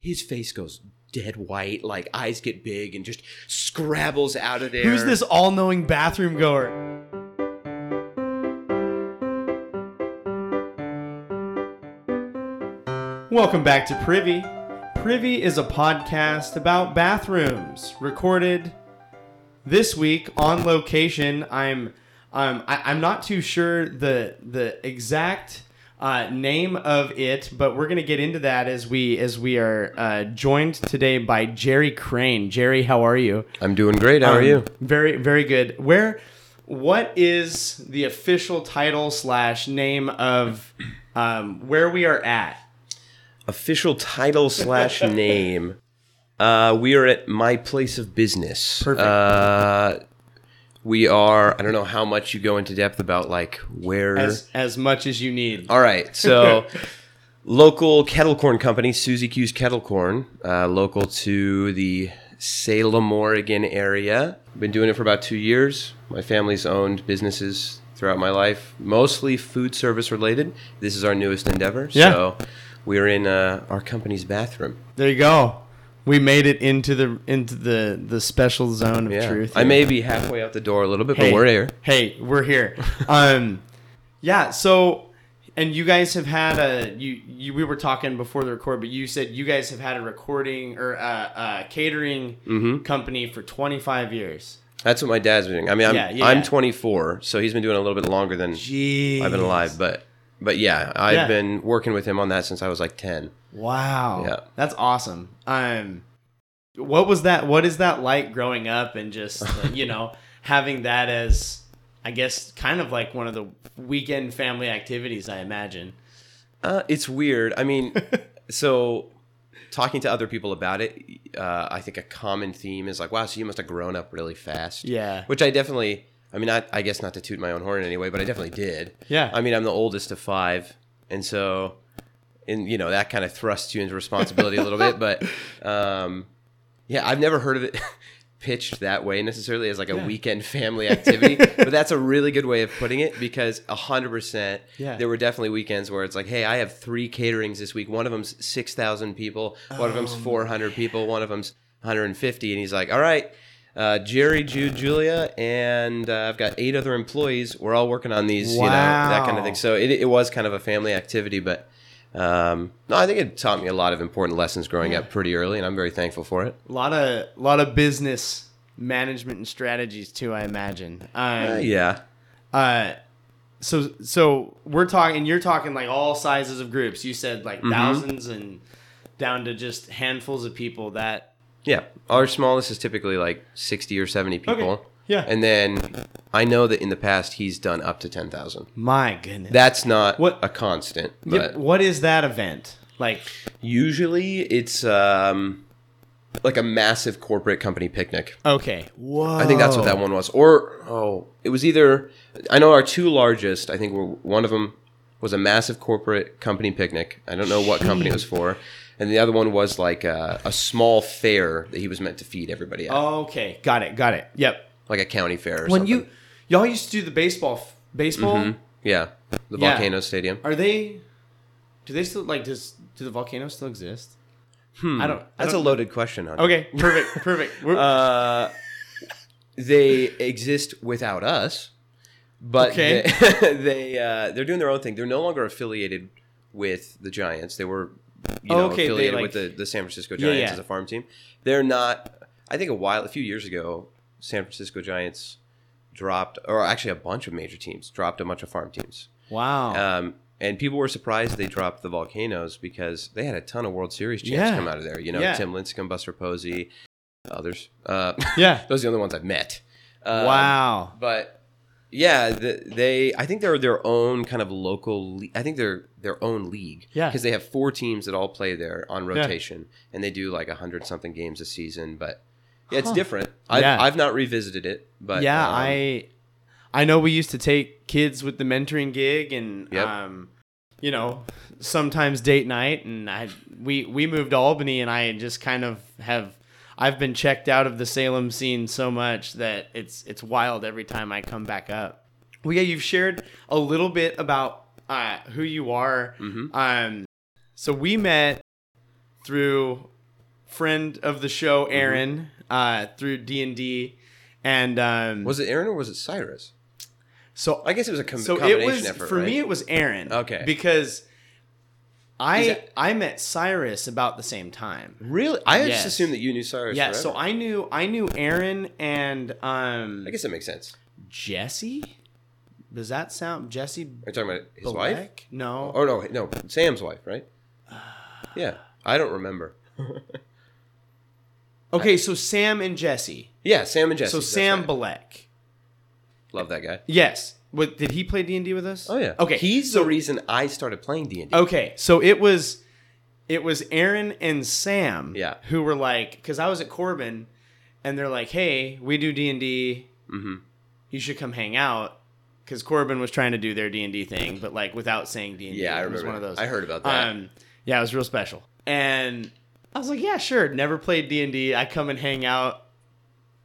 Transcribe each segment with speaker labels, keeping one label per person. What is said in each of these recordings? Speaker 1: His face goes dead white, like eyes get big and just scrabbles out of there.
Speaker 2: Who's this all knowing bathroom goer? Welcome back to Privy. Privy is a podcast about bathrooms recorded this week on location. I'm um, I, I'm not too sure the the exact uh, name of it, but we're gonna get into that as we as we are uh, joined today by Jerry Crane. Jerry, how are you?
Speaker 1: I'm doing great. How
Speaker 2: Um, Very, very good. Where, what is the official title slash name of um, where we are at?
Speaker 1: Official title slash name. Uh, we are at my place of business.
Speaker 2: Perfect.
Speaker 1: Uh, we are. I don't know how much you go into depth about like where.
Speaker 2: As as much as you need.
Speaker 1: All right. So, local kettle corn company, Susie Q's Kettle Corn, uh, local to the Salem, Oregon area. Been doing it for about two years. My family's owned businesses throughout my life, mostly food service related. This is our newest endeavor.
Speaker 2: Yeah.
Speaker 1: So, we're in uh, our company's bathroom.
Speaker 2: There you go. We made it into the into the the special zone of
Speaker 1: Yeah.
Speaker 2: truth.
Speaker 1: I may be halfway out the door a little bit,
Speaker 2: Hey,
Speaker 1: but we're here.
Speaker 2: Hey, we're here. um, yeah. So, and you guys have had a you, you we were talking before the record, but you said you guys have had a recording or a, a catering
Speaker 1: Mm-hmm.
Speaker 2: company for 25 years.
Speaker 1: That's what my dad's been doing. I mean, I'm,
Speaker 2: Yeah, yeah,
Speaker 1: I'm
Speaker 2: yeah.
Speaker 1: 24, so he's been doing it a little bit longer than
Speaker 2: Jeez.
Speaker 1: I've been alive, but but yeah, I've
Speaker 2: Yeah.
Speaker 1: been working with him on that since I was like ten.
Speaker 2: Wow.
Speaker 1: Yeah.
Speaker 2: That's awesome. Um, what was that? What is that like growing up and just like, you know having that as I guess kind of like one of the weekend family activities. I imagine.
Speaker 1: Uh, it's weird. I mean, so talking to other people about it, uh, I think a common theme is like, "Wow, so you must have grown up really fast."
Speaker 2: Yeah.
Speaker 1: which I definitely. I mean, I, I guess not to toot my own horn in any way, but I definitely did.
Speaker 2: Yeah.
Speaker 1: I mean, I'm the oldest of five, and so, and you know, that kind of thrusts you into responsibility a little bit. But, um, yeah, I've never heard of it pitched that way necessarily as like a weekend family activity, but that's a really good way of putting it because hundred percent,
Speaker 2: Yeah.
Speaker 1: there were definitely weekends where it's like, hey, I have three caterings this week. One of them's six thousand people. One of them's four hundred people. One of them's one hundred and fifty. And he's like, all right. Uh, Jerry, Jude, Julia, and uh, I've got eight other employees. We're all working on these, you know, that kind of
Speaker 2: Wow.
Speaker 1: thing. So it, it was kind of a family activity, but um, no, I think it taught me a lot of important lessons growing up pretty early, and I'm very thankful for it.
Speaker 2: A lot of lot of business management and strategies too. I imagine.
Speaker 1: Uh,
Speaker 2: Um,
Speaker 1: yeah.
Speaker 2: uh, so so we're talking. You're talking like all sizes of groups. You said like thousands and down to just handfuls of people. That
Speaker 1: Yeah. Our smallest is typically like 60 or 70 people.
Speaker 2: Yeah.
Speaker 1: And then I know that in the past he's done up to 10,000.
Speaker 2: my goodness.
Speaker 1: That's not
Speaker 2: What-
Speaker 1: a constant,
Speaker 2: Yeah,
Speaker 1: but
Speaker 2: what is that event like?
Speaker 1: usually it's um, like a massive corporate company picnic.
Speaker 2: Okay. Whoa.
Speaker 1: I think that's what that one was. Or oh, it was either I know our two largest. I think were one of them was a massive corporate company picnic. I don't know what company it was for, and the other one was like a, a small fair that he was meant to feed everybody at,
Speaker 2: Oh. Okay. Got it. Got it. Yep.
Speaker 1: like a county fair. Or
Speaker 2: When
Speaker 1: something.
Speaker 2: you y'all used to do the baseball f- baseball.
Speaker 1: Mm-hmm. yeah, the
Speaker 2: Yeah.
Speaker 1: volcano stadium.
Speaker 2: Are they? Do they still like? Does do the volcanoes still exist? Hmm. I don't. I
Speaker 1: That's a
Speaker 2: don't-
Speaker 1: loaded question. Hunter.
Speaker 2: Okay. Perfect. Perfect. We're-
Speaker 1: Uh, they exist without us, but
Speaker 2: Okay.
Speaker 1: they, they uh, they're doing their own thing. They're no longer affiliated with the Giants. They were you know
Speaker 2: Okay, they,
Speaker 1: affiliated
Speaker 2: like-
Speaker 1: with the, the San Francisco
Speaker 2: Yeah,
Speaker 1: Giants
Speaker 2: yeah.
Speaker 1: as a farm team. They're not. I think a while, a few years ago, San Francisco Giants dropped, or actually a bunch of major teams dropped a bunch of farm teams.
Speaker 2: wow.
Speaker 1: Um, and people were surprised they dropped the Volcanoes because they had a ton of World Series champs
Speaker 2: Yeah.
Speaker 1: come out of there. You know,
Speaker 2: Yeah.
Speaker 1: Tim Lincecum, Buster Posey, others. Uh,
Speaker 2: yeah.
Speaker 1: those are the only ones I've met. Um,
Speaker 2: wow.
Speaker 1: But yeah, the, they I think they're their own kind of local. le- I think they're their own league.
Speaker 2: Yeah.
Speaker 1: because they have four teams that all play there on rotation, and they do like a hundred something games a season. But yeah, it's different. I've,
Speaker 2: Yeah.
Speaker 1: I've not revisited it, but
Speaker 2: yeah,
Speaker 1: um,
Speaker 2: I I know we used to take kids with the mentoring gig and
Speaker 1: Yep.
Speaker 2: um you know, sometimes date night and I we we moved to Albany and I just kind of have I've been checked out of the Salem scene so much that it's it's wild every time I come back up. Well, yeah, you've shared a little bit
Speaker 1: Mm-hmm.
Speaker 2: about uh, who you are. Um, so we met through friend of the show
Speaker 1: Mm-hmm.
Speaker 2: Aaron uh, through D and D, and um,
Speaker 1: Was it Aaron or was it Cyrus?
Speaker 2: so
Speaker 1: I guess it was a com-
Speaker 2: so
Speaker 1: combination
Speaker 2: it was
Speaker 1: effort.
Speaker 2: for
Speaker 1: right?
Speaker 2: me it was Aaron.
Speaker 1: Okay.
Speaker 2: because I
Speaker 1: Is that-
Speaker 2: I met Cyrus about the same time.
Speaker 1: really, I
Speaker 2: Yes.
Speaker 1: just assumed that you knew Cyrus.
Speaker 2: Yeah,
Speaker 1: forever.
Speaker 2: so I knew I knew Aaron and um
Speaker 1: I guess that makes sense.
Speaker 2: Jesse. Does that sound Jesse?
Speaker 1: Are you talking about his wife?
Speaker 2: Black? No.
Speaker 1: Oh no, no, Sam's wife, right? Yeah, I don't remember.
Speaker 2: Okay, so Sam and Jesse.
Speaker 1: Yeah, Sam and Jesse.
Speaker 2: so
Speaker 1: that's
Speaker 2: Sam
Speaker 1: right.
Speaker 2: Balek.
Speaker 1: love that guy.
Speaker 2: Yes. What did he play D and D with us?
Speaker 1: Oh yeah.
Speaker 2: Okay.
Speaker 1: He's the reason I started playing D and D.
Speaker 2: Okay, so it was it was Aaron and Sam
Speaker 1: Yeah.
Speaker 2: who were like because I was at Corbin and they're like, "Hey, we do D&D.
Speaker 1: Mhm.
Speaker 2: You should come hang out." Cuz Corbin was trying to do their D&D thing, but like without saying D&D.
Speaker 1: Yeah, I
Speaker 2: It was
Speaker 1: remember.
Speaker 2: one of those.
Speaker 1: I heard about that.
Speaker 2: Um yeah, it was real special. And I was like, "Yeah, sure. Never played D&D. I come and hang out."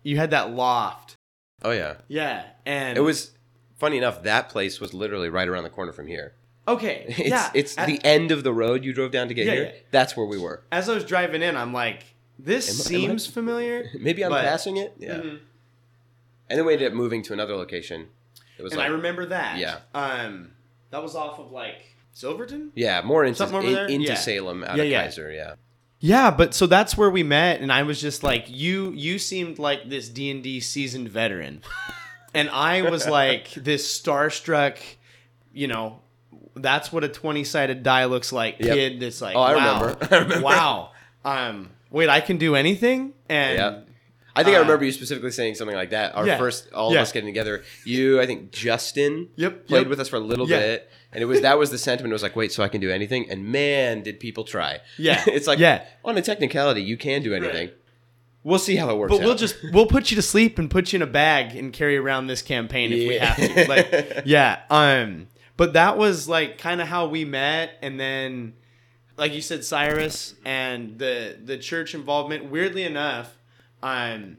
Speaker 2: You had that loft.
Speaker 1: Oh yeah.
Speaker 2: Yeah. And
Speaker 1: It was funny enough. That place was literally right around the corner from here.
Speaker 2: Okay.
Speaker 1: It's,
Speaker 2: yeah.
Speaker 1: it's
Speaker 2: At-
Speaker 1: the end of the road you drove down to get
Speaker 2: Yeah,
Speaker 1: here.
Speaker 2: yeah.
Speaker 1: That's where we were.
Speaker 2: as I was driving in, I'm like, this
Speaker 1: Am I- am
Speaker 2: seems familiar.
Speaker 1: Maybe I'm
Speaker 2: but-
Speaker 1: passing it. Yeah.
Speaker 2: Mhm.
Speaker 1: And then we ended up moving to another location. It was
Speaker 2: And
Speaker 1: like
Speaker 2: I remember that.
Speaker 1: Yeah.
Speaker 2: Um, that was off of like Silverton.
Speaker 1: yeah, more into
Speaker 2: Something over
Speaker 1: in-
Speaker 2: there?
Speaker 1: into
Speaker 2: Yeah.
Speaker 1: Salem out
Speaker 2: Yeah,
Speaker 1: of
Speaker 2: yeah.
Speaker 1: Kaiser. Yeah.
Speaker 2: Yeah, but so that's where we met, and I was just like, you, you seemed like this D and D seasoned veteran, and I was like this starstruck, you know. That's what a twenty-sided die looks like,
Speaker 1: Yep.
Speaker 2: kid. That's like,
Speaker 1: Oh, I
Speaker 2: wow,
Speaker 1: remember. I remember.
Speaker 2: wow. Um, wait, I can do anything, and
Speaker 1: Yeah. I think I
Speaker 2: Uh,
Speaker 1: remember you specifically saying something like that. Our
Speaker 2: yeah.
Speaker 1: first, all
Speaker 2: Yeah.
Speaker 1: of us getting together. You, I think Justin,
Speaker 2: Yep,
Speaker 1: played
Speaker 2: yep.
Speaker 1: with us for a little
Speaker 2: Yeah.
Speaker 1: bit, and it was that was the sentiment. It was like, wait, so I can do anything, and man, did people try.
Speaker 2: Yeah.
Speaker 1: it's like,
Speaker 2: Yeah.
Speaker 1: on a technicality, you can do anything. We'll see how it works.
Speaker 2: But we'll
Speaker 1: out.
Speaker 2: just we'll put you to sleep and put you in a bag and carry around this campaign if we
Speaker 1: Yeah.
Speaker 2: have to. Like, yeah. Um. But that was like kind of how we met, and then, like you said, Cyrus and the the church involvement. Weirdly enough, um,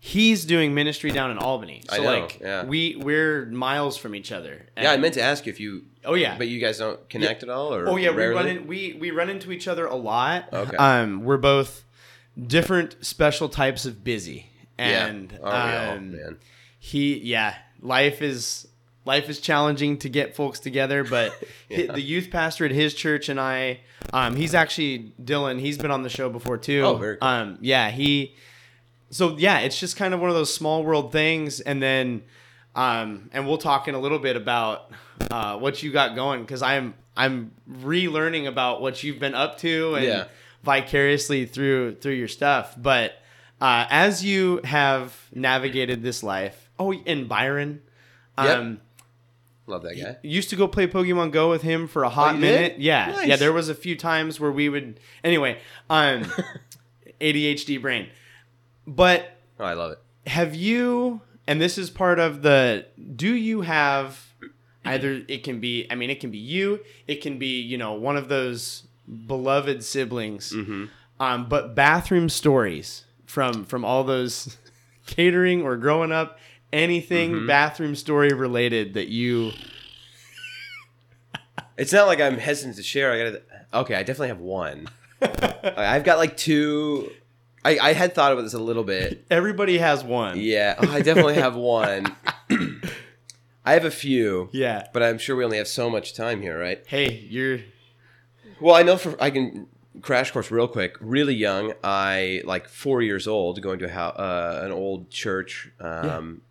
Speaker 2: he's doing ministry down in Albany. So
Speaker 1: I know,
Speaker 2: like
Speaker 1: yeah.
Speaker 2: we we're miles from each other.
Speaker 1: yeah, I
Speaker 2: And-
Speaker 1: meant to ask you if you.
Speaker 2: Oh, yeah.
Speaker 1: but you guys don't connect at all, or
Speaker 2: Oh yeah,
Speaker 1: rarely?
Speaker 2: we run in, we we run into each other a lot.
Speaker 1: Okay.
Speaker 2: Um, we're both different special types of busy,
Speaker 1: Yeah.
Speaker 2: and
Speaker 1: Aren't we all,
Speaker 2: um,
Speaker 1: man?
Speaker 2: he yeah, life is life is challenging to get folks together, but hi- the youth pastor at his church and I, um, he's actually Dylan. He's been on the show before too.
Speaker 1: Oh, very cool.
Speaker 2: Um, yeah, he. So yeah, it's just kind of one of those small world things, and then, um, and we'll talk in a little bit about uh, what you got going because I'm I'm relearning about what you've been up to and
Speaker 1: Yeah.
Speaker 2: vicariously through through your stuff. But uh, as you have navigated this life, oh, and Byron,
Speaker 1: Yep.
Speaker 2: um,
Speaker 1: Love that guy.
Speaker 2: used to go play Pokemon Go with him for a hot
Speaker 1: Oh, you did?
Speaker 2: minute. Yeah,
Speaker 1: Nice.
Speaker 2: yeah. There was a few times where we would. Anyway, um, ADHD brain. But
Speaker 1: Oh, I love it.
Speaker 2: have you? And this is part of the. Do you have? Either it can be. I mean, it can be you. It can be you know one of those beloved siblings.
Speaker 1: Mm-hmm.
Speaker 2: Um, but bathroom stories from from all those catering or growing up, anything
Speaker 1: Mm-hmm.
Speaker 2: bathroom story related that you.
Speaker 1: It's not like I'm hesitant to share. I gotta. Okay, I definitely have one. I- I've got like two. I, I had thought about this a little bit.
Speaker 2: Everybody has one.
Speaker 1: Yeah, oh, I definitely have one. I have a few.
Speaker 2: Yeah.
Speaker 1: But I'm sure we only have so much time here, right?
Speaker 2: Hey, you're
Speaker 1: Well, I know for I can crash course real quick. Really young, I like four years old, going to a hou- uh, an old church. Um,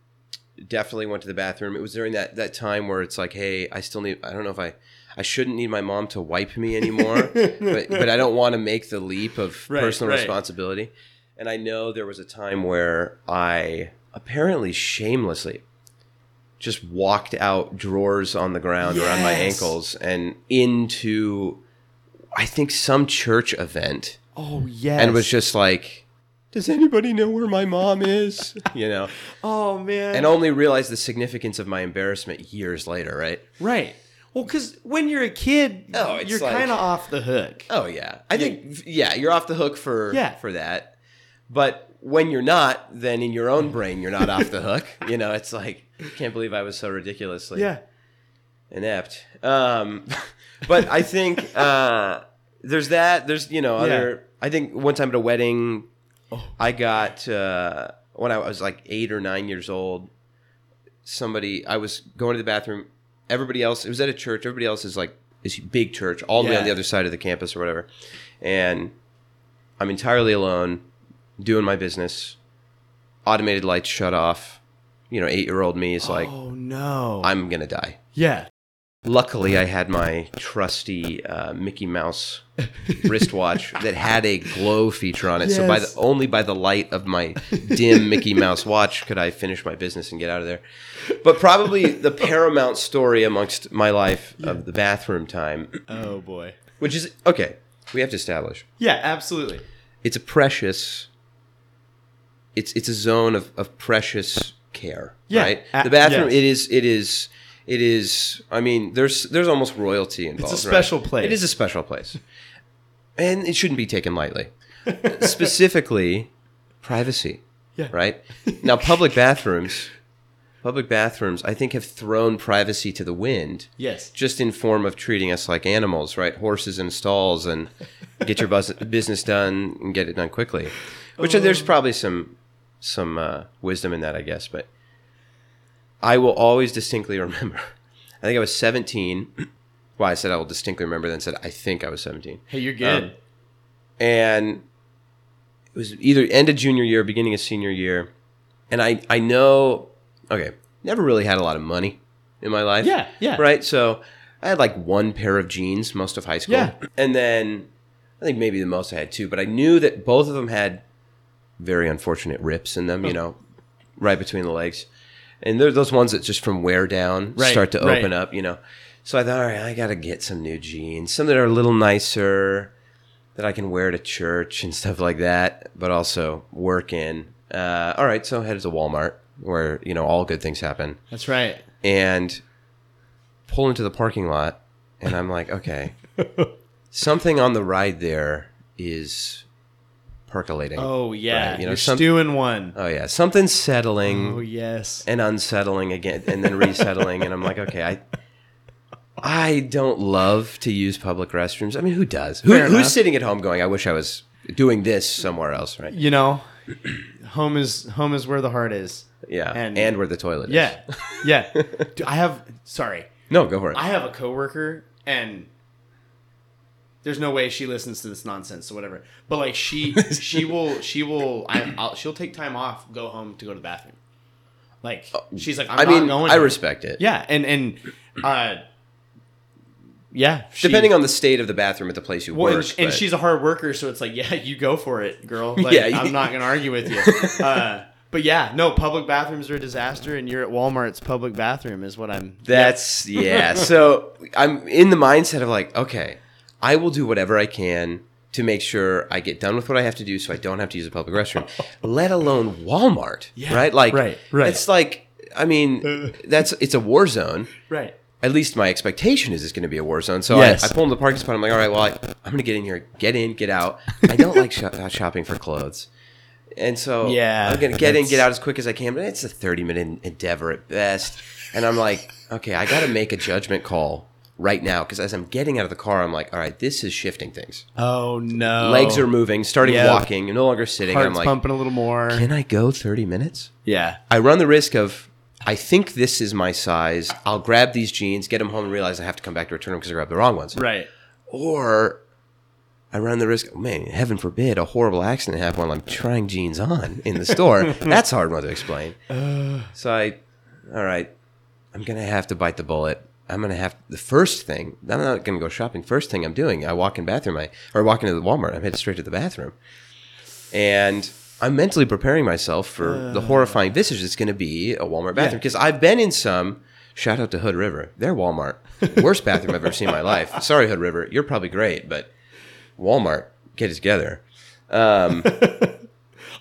Speaker 1: Definitely went to the bathroom. It was during that that time where it's like, hey, I still need. I don't know if I. I shouldn't need my mom to wipe me anymore, but but I don't want to make the leap of
Speaker 2: Right,
Speaker 1: personal
Speaker 2: right.
Speaker 1: responsibility. And I know there was a time where I apparently shamelessly just walked out drawers on the ground around my
Speaker 2: Yes.
Speaker 1: ankles and into I think some church event
Speaker 2: Oh yes.
Speaker 1: and was just like does anybody know where my mom is? you know,
Speaker 2: Oh man.
Speaker 1: and only realized the significance of my embarrassment years later, right?
Speaker 2: right. Well, because when you're a kid,
Speaker 1: Oh, it's
Speaker 2: you're
Speaker 1: like-
Speaker 2: kind of off the hook.
Speaker 1: Oh yeah, I think yeah, you're off the hook for
Speaker 2: Yeah.
Speaker 1: for that. But when you're not, then in your own brain, you're not off the hook. You know, it's like can't believe I was so Oh, ridiculously
Speaker 2: yeah.
Speaker 1: inept. Um, but I think uh, there's that. There's you know
Speaker 2: Yeah. Oh.
Speaker 1: other. I think one time at a wedding, I got uh, when I was like eight or nine years old. Somebody, I was going to the bathroom. Everybody else, it was at a church. Everybody else is like is big church, all the way on
Speaker 2: Yeah.
Speaker 1: the other side of the campus or whatever. And I'm entirely alone, doing my business. Automated lights shut off. You know, eight year old me is like,
Speaker 2: oh no.
Speaker 1: I'm gonna die.
Speaker 2: yeah.
Speaker 1: Luckily, I had my trusty uh, Mickey Mouse wristwatch that had a glow feature on it. So by the,
Speaker 2: Yes.
Speaker 1: only by the light of my dim Mickey Mouse watch could I finish my business and get out of there. But probably the paramount story amongst my life of the bathroom time,
Speaker 2: Oh boy.
Speaker 1: which is okay. We have to establish
Speaker 2: Yeah, absolutely.
Speaker 1: it's a precious. It's it's a zone of, of precious care.
Speaker 2: Yeah,
Speaker 1: right.
Speaker 2: a-
Speaker 1: The bathroom.
Speaker 2: yes.
Speaker 1: It is. It is. It is. I mean, there's there's almost royalty involved. right?
Speaker 2: special place.
Speaker 1: It is a special place, and it shouldn't be taken lightly. Specifically, privacy.
Speaker 2: Yeah.
Speaker 1: Right. Now, public bathrooms. Public bathrooms, I think, have thrown privacy to the wind
Speaker 2: Yes.
Speaker 1: just in form of treating us like animals, right? Horses in stalls and get your bus- business done and get it done quickly. Which uh, there's probably some some uh, wisdom in that, I guess. But I will always distinctly remember. I think I was 17. Well, I said I will distinctly remember, then said I think I was 17
Speaker 2: Hey, you're good.
Speaker 1: Um, and it was either end of junior year, beginning of senior year, and I I know okay, never really had a lot of money in my life.
Speaker 2: Yeah, yeah.
Speaker 1: Right, so I had like one pair of jeans most of high school,
Speaker 2: Yeah.
Speaker 1: and then I think maybe the most I had two, but I knew that both of them had very unfortunate rips in
Speaker 2: Oh.
Speaker 1: them, you know, right between the legs. And they're those ones that just from wear down
Speaker 2: Right,
Speaker 1: start to
Speaker 2: right.
Speaker 1: open up, you know. So I thought, all right, I got to get some new jeans, some that are a little nicer that I can wear to church and stuff like that, but also work in. Uh, all right, so I headed to Walmart where, you know, all good things happen
Speaker 2: That's right.
Speaker 1: and pull into the parking lot and I'm like, okay, something on the ride there is percolating.
Speaker 2: Oh yeah.
Speaker 1: Right, you
Speaker 2: You
Speaker 1: know,
Speaker 2: are
Speaker 1: some-
Speaker 2: stewing one.
Speaker 1: Oh, yeah, something's settling
Speaker 2: Oh yes.
Speaker 1: and unsettling again and then resettling and I'm like, okay, I I don't love to use public restrooms. I mean, who does? Who,
Speaker 2: Fair enough.
Speaker 1: who's sitting at home going, I wish I was doing this somewhere else, right?
Speaker 2: You know, home is home is where the heart is.
Speaker 1: Yeah. And,
Speaker 2: And-
Speaker 1: where the toilet is.
Speaker 2: Yeah. Yeah. Dude, I have sorry.
Speaker 1: No, go for it.
Speaker 2: I have a coworker and there's no way she listens to this nonsense so whatever. But like she she will she will I, I'll, she'll take time off, go home to go to the bathroom. Like she's like I'm
Speaker 1: Oh, I
Speaker 2: not
Speaker 1: mean,
Speaker 2: going.
Speaker 1: I
Speaker 2: there."
Speaker 1: respect it.
Speaker 2: Yeah, and and uh yeah, she-
Speaker 1: Depending on the state of the bathroom at the place you
Speaker 2: Well,
Speaker 1: work.
Speaker 2: and, and
Speaker 1: but-
Speaker 2: she's a hard worker, so it's like, yeah, you go for it, girl. Like,
Speaker 1: Yeah, you-
Speaker 2: I'm not gonna argue with you. Uh, but yeah, no, public bathrooms are a disaster, and you're at Walmart's public bathroom is what I'm.
Speaker 1: That's yeah. so I'm in the mindset of like, okay, I will do whatever I can to make sure I get done with what I have to do, so I don't have to use a public restroom, let alone Walmart.
Speaker 2: Yeah,
Speaker 1: right? Like,
Speaker 2: right, right. Uh,
Speaker 1: It's like, I mean, that's it's a war zone.
Speaker 2: right.
Speaker 1: At least my expectation is it's going to be a war zone. So
Speaker 2: Yes.
Speaker 1: I, I pull in the parking spot. I'm like, all right, well, I, I'm going to get in here, get in, get out. I don't like shop, uh, shopping for clothes. And so
Speaker 2: Yeah,
Speaker 1: I'm going to get in,
Speaker 2: that's-
Speaker 1: get out as quick as I can. But it's a 30 minute endeavor at best. And I'm like, okay, I got to make a judgment call right now. Because as I'm getting out of the car, I'm like, all right, this is shifting things.
Speaker 2: Oh no,
Speaker 1: Legs are moving, starting
Speaker 2: Yeah.
Speaker 1: walking, you're no longer sitting.
Speaker 2: heart's
Speaker 1: I'm like,
Speaker 2: pumping a little more.
Speaker 1: can I go 30 minutes?
Speaker 2: Yeah,
Speaker 1: I run the risk of I think this is my size. I'll grab these jeans, get them home, and realize I have to come back to return them because I grabbed the wrong ones.
Speaker 2: right.
Speaker 1: Or I run the risk, oh, man, heaven forbid, a horrible accident happen while I'm trying jeans on in the store. That's a hard one to explain. so I, all right, I'm gonna have to bite the bullet. I'm gonna have the first thing. I'm not gonna go shopping. First thing I'm doing, I walk in bathroom. I or I walk into the Walmart. I'm headed straight to the bathroom, and I'm mentally preparing myself for the horrifying visage that's gonna be a Walmart bathroom because I've been in some. Shout out to Hood River. Their Walmart, worst bathroom I've ever seen in my life. Sorry, Hood River. You're probably great, but Walmart, get it together.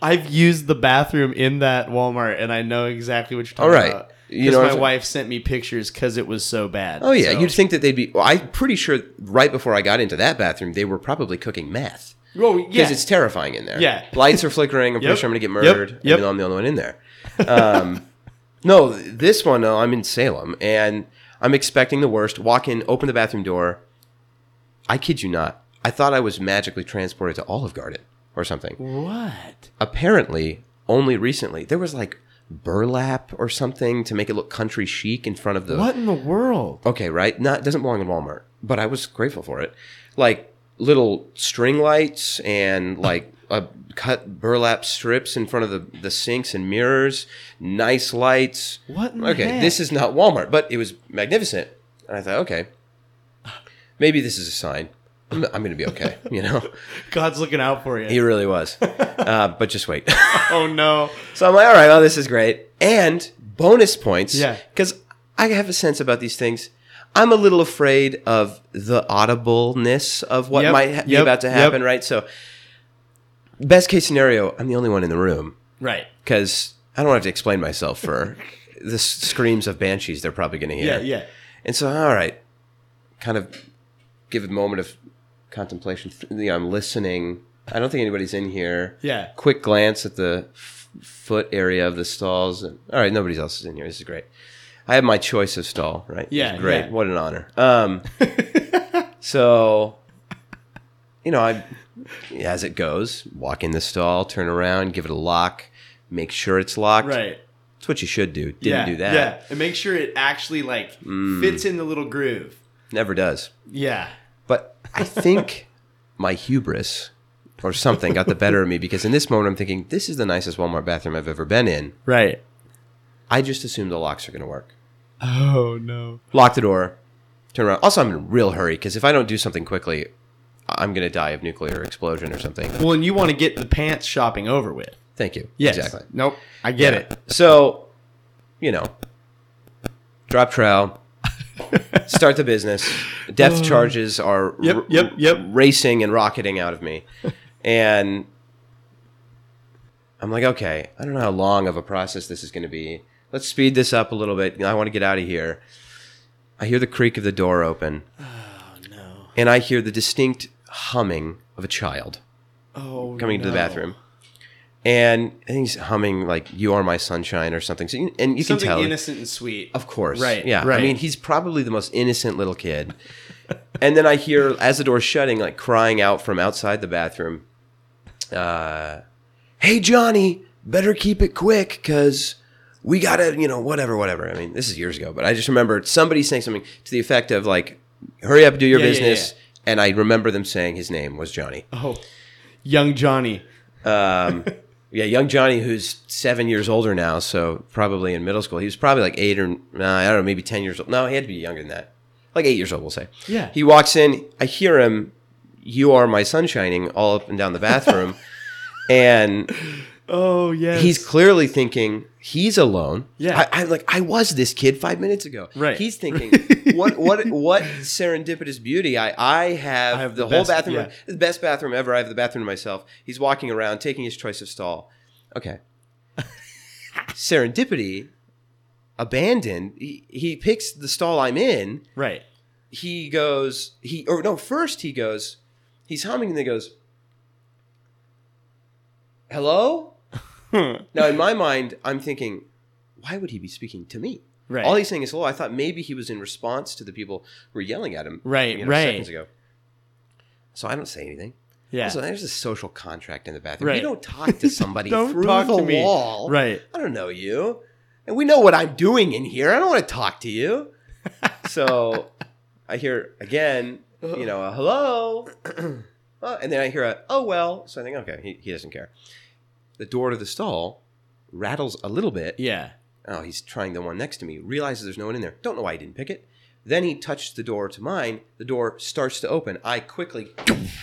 Speaker 2: I've used the bathroom in that Walmart, and I know exactly what you're talking
Speaker 1: All right.
Speaker 2: about.
Speaker 1: You
Speaker 2: You
Speaker 1: know what
Speaker 2: know,
Speaker 1: I'm
Speaker 2: my
Speaker 1: saying?
Speaker 2: wife sent me pictures because it was so bad.
Speaker 1: Oh yeah,
Speaker 2: so-
Speaker 1: you'd think that they'd be. Well, I'm pretty sure right before I got into that bathroom, they were probably cooking meth.
Speaker 2: Well,
Speaker 1: because
Speaker 2: yeah,
Speaker 1: it's terrifying in there.
Speaker 2: Yeah.
Speaker 1: lights are flickering. I'm pretty
Speaker 2: Yep.
Speaker 1: sure I'm gonna get
Speaker 2: Yep.
Speaker 1: murdered.
Speaker 2: Yep.
Speaker 1: Even though I'm the only one in there. Um, no, this one though, I'm in Salem and I'm expecting the worst. Walk in, open the bathroom door. I kid you not. I thought I was magically transported to Olive Garden or something.
Speaker 2: What?
Speaker 1: Apparently, only recently there was like burlap or something to make it look country chic in front of the
Speaker 2: What in the world?
Speaker 1: okay, right? Not doesn't belong in Walmart, but I was grateful for it. Like little string lights and like uh, cut burlap strips in front of the, the sinks and mirrors, nice lights.
Speaker 2: What in the
Speaker 1: Okay,
Speaker 2: heck?
Speaker 1: this is not Walmart, but it was magnificent. And I thought, okay, maybe this is a sign. I'm, I'm going to be okay, you know?
Speaker 2: God's looking out for you.
Speaker 1: He really was. Uh, but just wait.
Speaker 2: Oh no.
Speaker 1: So I'm like, all right, well, this is great. And bonus points.
Speaker 2: Yeah.
Speaker 1: Because I have a sense about these things. I'm a little afraid of the audibleness of what
Speaker 2: Yep,
Speaker 1: might ha- be
Speaker 2: yep,
Speaker 1: about to
Speaker 2: yep.
Speaker 1: happen, right? So, best case scenario, I'm the only one in the room
Speaker 2: Right.
Speaker 1: because I don't have to explain myself for the s- screams of banshees they're probably going to hear.
Speaker 2: Yeah, yeah.
Speaker 1: And so, all right, kind of give a moment of contemplation. You know, I'm listening. I don't think anybody's in here.
Speaker 2: Yeah.
Speaker 1: Quick glance at the f- foot area of the stalls. And, all right, nobody else is in here. This is great. I have my choice of stall, right?
Speaker 2: Yeah,
Speaker 1: It's Great.
Speaker 2: yeah.
Speaker 1: What an honor. Um, so, you know, I, as it goes, walk in the stall, turn around, give it a lock, make sure it's locked.
Speaker 2: Right.
Speaker 1: That's what you should do. Didn't
Speaker 2: yeah,
Speaker 1: do that. Mm.
Speaker 2: Yeah. And make sure it actually like fits in the little groove.
Speaker 1: Never does.
Speaker 2: Yeah.
Speaker 1: But I think my hubris or something got the better of me because in this moment I'm thinking, this is the nicest Walmart bathroom I've ever been in.
Speaker 2: Right.
Speaker 1: I just assume the locks are going to work.
Speaker 2: Oh no.
Speaker 1: Lock the door, turn around. Also, I'm in a real hurry because if I don't do something quickly, I'm going to die of nuclear explosion or something.
Speaker 2: Well, and you want to get the pants shopping over with.
Speaker 1: Thank you.
Speaker 2: Yes.
Speaker 1: Exactly.
Speaker 2: Nope. I get it.
Speaker 1: So, you know, drop trowel, start the business. Depth charges are
Speaker 2: Yep, yep, yep.
Speaker 1: racing and rocketing out of me. And I'm like, okay, I don't know how long of a process this is going to be. Let's speed this up a little bit. You know, I want to get out of here. I hear the creak of the door open,
Speaker 2: Oh no.
Speaker 1: and I hear the distinct humming of a child
Speaker 2: Oh.
Speaker 1: coming into the
Speaker 2: no.
Speaker 1: bathroom. And I think he's humming like "You Are My Sunshine" or something. So you, and you
Speaker 2: Something
Speaker 1: can tell,
Speaker 2: innocent and sweet.
Speaker 1: of course,
Speaker 2: Right,
Speaker 1: Yeah,
Speaker 2: right.
Speaker 1: I mean, he's probably the most innocent little kid. and then I hear as the door's shutting, like crying out from outside the bathroom, uh, "Hey Johnny, better keep it quick, cause we gotta, you know, whatever, whatever." I mean, this is years ago, but I just remember somebody saying something to the effect of like, "Hurry up, do your
Speaker 2: Yeah, yeah,
Speaker 1: business." And I remember them saying his name was Johnny.
Speaker 2: Oh. Young Johnny.
Speaker 1: Um, yeah, young Johnny, who's seven years older now, so probably in middle school. He was probably like eight or nah, I don't know, maybe ten years old. No, he had to be younger than that, like eight years old, we'll say.
Speaker 2: Yeah.
Speaker 1: He walks in. I hear him. You are my sunshining all up and down the bathroom, and
Speaker 2: Oh yes.
Speaker 1: he's clearly thinking he's alone.
Speaker 2: Yeah.
Speaker 1: I, I'm like I was this kid five minutes ago.
Speaker 2: Right.
Speaker 1: He's thinking what what what serendipitous beauty I I have,
Speaker 2: I have
Speaker 1: the,
Speaker 2: the
Speaker 1: whole
Speaker 2: best-
Speaker 1: bathroom
Speaker 2: yeah.
Speaker 1: the best bathroom ever. I have the bathroom to myself. He's walking around taking his choice of stall. Okay. Serendipity abandoned. He, he picks the stall I'm in
Speaker 2: right.
Speaker 1: he goes he or no first he goes he's humming and then he goes hello now in my mind i'm thinking why would he be speaking to me
Speaker 2: Right.
Speaker 1: all he's saying is hello i thought maybe he was in response to the people who were yelling at him
Speaker 2: Right,
Speaker 1: you know,
Speaker 2: right.
Speaker 1: seconds ago so i don't say anything
Speaker 2: yeah.
Speaker 1: so there's a social contract in the bathroom
Speaker 2: Right.
Speaker 1: you don't talk to somebody
Speaker 2: Don't
Speaker 1: through
Speaker 2: talk
Speaker 1: the
Speaker 2: to me.
Speaker 1: wall
Speaker 2: Right.
Speaker 1: I don't know you. And we know what I'm doing in here. I don't want to talk to you. so I hear again, you know, a hello. Uh, and then I hear a, oh, well. So I think, okay, he, he doesn't care. The door to the stall rattles a little bit.
Speaker 2: Yeah.
Speaker 1: Oh, he's trying the one next to me. Realizes there's no one in there. Don't know why he didn't pick it. Then he touched the door to mine. The door starts to open. I quickly,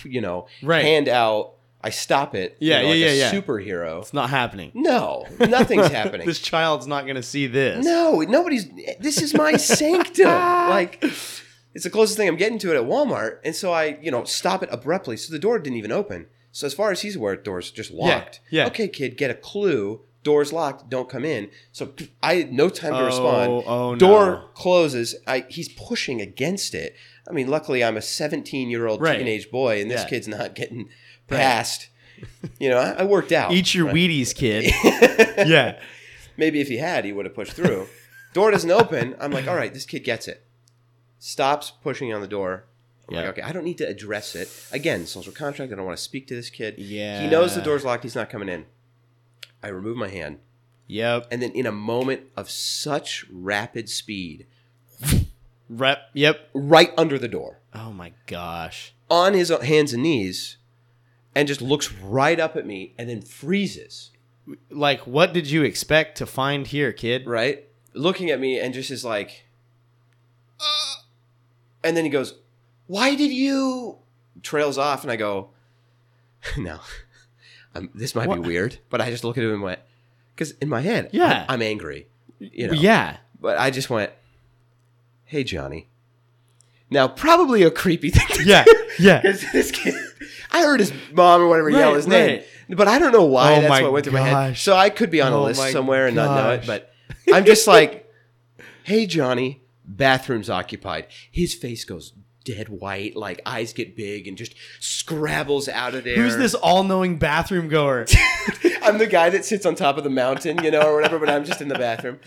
Speaker 1: you know,
Speaker 2: Right.
Speaker 1: hand out. I stop it. you
Speaker 2: Yeah,
Speaker 1: know, like
Speaker 2: yeah,
Speaker 1: a
Speaker 2: yeah, yeah.
Speaker 1: Superhero.
Speaker 2: It's not happening.
Speaker 1: No, nothing's happening.
Speaker 2: this child's not going to see this.
Speaker 1: No, nobody's. This is my sanctum. Like, it's the closest thing I'm getting to it at Walmart. And so I, you know, stop it abruptly. So the door didn't even open. So as far as he's aware, door's just locked.
Speaker 2: yeah.
Speaker 1: Okay, kid, get a clue. Door's locked. Don't come in. So I had no time to
Speaker 2: Oh,
Speaker 1: respond.
Speaker 2: oh, no.
Speaker 1: Door closes. I he's pushing against it. I mean, luckily I'm a 17 year old
Speaker 2: Right.
Speaker 1: teenage boy, and this
Speaker 2: Yeah.
Speaker 1: kid's not getting
Speaker 2: Right. E
Speaker 1: past. You know, I, I worked out.
Speaker 2: Eat your
Speaker 1: right?
Speaker 2: Wheaties, kid. yeah.
Speaker 1: Maybe if he had, he would have pushed through. door doesn't open. I'm like, all right, this kid gets it. Stops pushing on the door, I'm
Speaker 2: Yeah.
Speaker 1: like, okay, I don't need to address it. Again, social contract. I don't want to speak to this kid. He
Speaker 2: Yeah.
Speaker 1: knows the door's locked. He's not coming in. I remove my hand.
Speaker 2: Yep.
Speaker 1: And then in a moment of such rapid speed,
Speaker 2: Rep. Yep.
Speaker 1: right under the door,
Speaker 2: Oh my gosh.
Speaker 1: on his hands and knees, and just looks right up at me and then freezes,
Speaker 2: Like, what did you expect to find here, kid?
Speaker 1: right? Looking at me and just is like, uh, and then he goes, Why did you? Trails off, and I go, No, um, this might
Speaker 2: What?
Speaker 1: be weird, but I just look at him and went, Because in my head,
Speaker 2: Yeah.
Speaker 1: I'm angry. You know?
Speaker 2: Yeah.
Speaker 1: But I just went, hey, Johnny. Now, probably a creepy thing to
Speaker 2: Yeah. Yeah.
Speaker 1: Because this kid, I heard his mom or whatever
Speaker 2: Right,
Speaker 1: yell his
Speaker 2: right.
Speaker 1: name, but I don't know why
Speaker 2: Oh
Speaker 1: that's
Speaker 2: my
Speaker 1: what went through my head.
Speaker 2: gosh.
Speaker 1: So I could be on a
Speaker 2: Oh
Speaker 1: list
Speaker 2: my
Speaker 1: somewhere and not know it,
Speaker 2: gosh.
Speaker 1: but I'm just like, hey, Johnny, bathroom's occupied. His face goes dead white, like eyes get big and just scrabbles out of there.
Speaker 2: Who's this all-knowing bathroom goer?
Speaker 1: I'm the guy that sits on top of the mountain, you know, or whatever, but I'm just in the bathroom.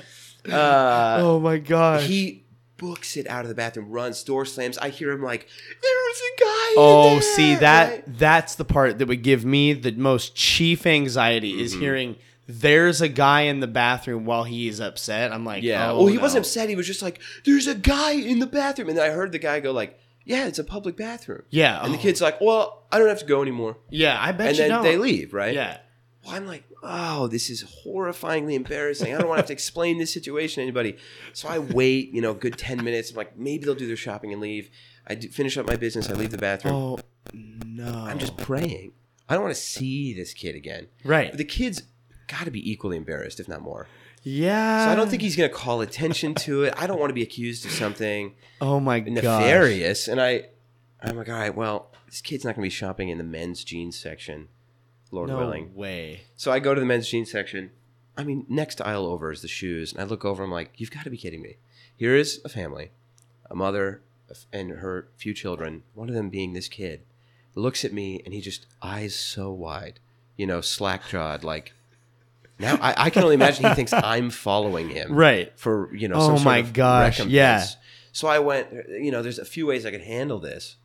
Speaker 1: Uh,
Speaker 2: oh my gosh.
Speaker 1: he books it out of the bathroom, runs, door slams. I hear him like, "There's a guy." in
Speaker 2: oh,
Speaker 1: there,"
Speaker 2: see that
Speaker 1: right?
Speaker 2: that's the part that would give me the most chief anxiety is
Speaker 1: Mm-hmm.
Speaker 2: hearing there's a guy in the bathroom while he's upset. I'm like,
Speaker 1: Yeah.
Speaker 2: Oh,
Speaker 1: well, he
Speaker 2: no.
Speaker 1: wasn't upset. He was just like, "There's a guy in the bathroom," and then I heard the guy go like, "Yeah, it's a public bathroom."
Speaker 2: Yeah.
Speaker 1: And the
Speaker 2: oh.
Speaker 1: kid's like, "Well, I don't have to go anymore,"
Speaker 2: Yeah, I bet
Speaker 1: and
Speaker 2: you
Speaker 1: then
Speaker 2: don't.
Speaker 1: they leave, right?
Speaker 2: Yeah.
Speaker 1: Well, I'm like, "Oh, this is horrifyingly embarrassing. I don't want to have to explain this situation to anybody." So I wait, you know, a good ten minutes. I'm like, maybe they'll do their shopping and leave. I do, finish up my business. I leave the bathroom.
Speaker 2: Oh no.
Speaker 1: I'm just praying. I don't want to see this kid again.
Speaker 2: right.
Speaker 1: the kid's got to be equally embarrassed, if not more.
Speaker 2: yeah.
Speaker 1: So I don't think he's going to call attention to it. I don't want to be accused of something
Speaker 2: Oh my god.
Speaker 1: nefarious. And I, I'm like, all right, well, this kid's not going to be shopping in the men's jeans section, Lord
Speaker 2: No
Speaker 1: willing.
Speaker 2: way.
Speaker 1: So I go to the men's jeans section. I mean, next aisle over is the shoes, and I look over. I'm like, you've got to be kidding me. Here is a family, a mother and her few children. One of them being this kid, looks at me, and he just eyes so wide, you know, slack jawed. Like now, I, I can only imagine he thinks I'm following him,
Speaker 2: Right.
Speaker 1: For you know,
Speaker 2: Oh
Speaker 1: some sort
Speaker 2: my
Speaker 1: of
Speaker 2: gosh,
Speaker 1: recompense.
Speaker 2: yeah.
Speaker 1: So I went. You know, there's a few ways I could handle this.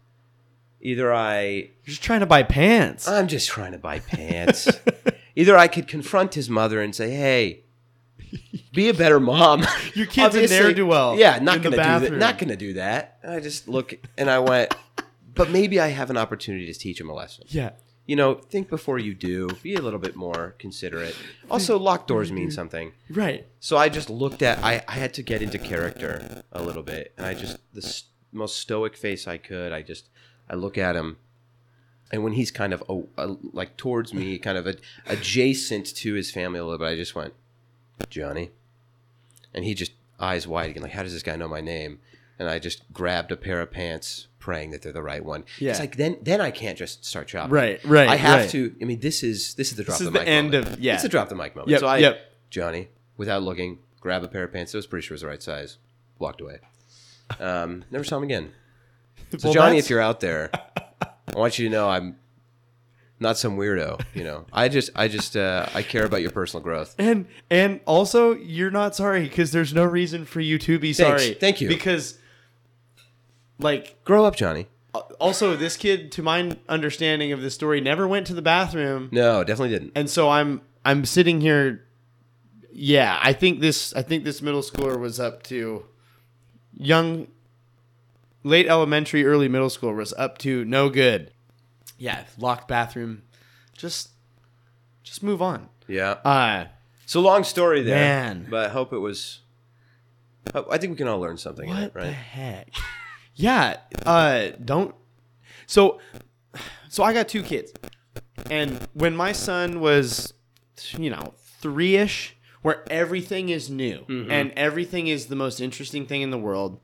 Speaker 1: Either I
Speaker 2: You're just trying to buy pants.
Speaker 1: I'm just trying to buy pants. Either I could confront his mother and say, "Hey, be a better mom."
Speaker 2: Your kid's a
Speaker 1: Obviously-
Speaker 2: ne'er-do-well
Speaker 1: Yeah, not
Speaker 2: in the
Speaker 1: gonna do that.
Speaker 2: bathroom.
Speaker 1: Not gonna do that. And I just look and I went, but maybe I have an opportunity to teach him a lesson.
Speaker 2: yeah.
Speaker 1: You know, think before you do. Be a little bit more considerate. Also, locked doors mean something.
Speaker 2: Right.
Speaker 1: So I just looked at. I, I had to get into character a little bit, and I just the s- most stoic face I could. I just I look at him, and when he's kind of a, a, like towards me, kind of a, adjacent to his family a little bit, I just went Johnny, and he just eyes wide again, like how does this guy know my name? And I just grabbed a pair of pants, praying that they're the right one.
Speaker 2: Yeah.
Speaker 1: It's like then then I can't just start shopping.
Speaker 2: Right, right,
Speaker 1: I have
Speaker 2: right.
Speaker 1: to. I mean, this is this is the drop
Speaker 2: is
Speaker 1: the
Speaker 2: the
Speaker 1: mic
Speaker 2: end
Speaker 1: moment.
Speaker 2: of- yeah.
Speaker 1: It's a drop the mic moment.
Speaker 2: Yep,
Speaker 1: so I
Speaker 2: yep.
Speaker 1: Johnny, without looking, grabbed a pair of pants that was pretty sure was the right size, walked away. Um, never saw him again. So
Speaker 2: Well,
Speaker 1: Johnny,
Speaker 2: that's-
Speaker 1: if you're out there, I want you to know I'm not some weirdo. You know, I just I just uh, I care about your personal growth.
Speaker 2: And and also you're not sorry because there's no reason for you to be
Speaker 1: Thanks.
Speaker 2: sorry.
Speaker 1: Thank you.
Speaker 2: Because like
Speaker 1: Grow up, Johnny.
Speaker 2: al- also this kid to my understanding of this story never went to the bathroom.
Speaker 1: No, definitely didn't.
Speaker 2: And so I'm I'm sitting here yeah, I think this I think this middle schooler was up to young late elementary early middle school was up to no good. Yeah, locked bathroom. Just just move on.
Speaker 1: Yeah.
Speaker 2: Uh
Speaker 1: So long story there.
Speaker 2: Man.
Speaker 1: But I hope it was. I I think we can all learn something. in it,
Speaker 2: What
Speaker 1: right?
Speaker 2: the heck? Yeah. Uh, don't. So, so I got two kids, and when my son was, you know, three ish, where everything is new
Speaker 1: Mm-hmm.
Speaker 2: and everything is the most interesting thing in the world.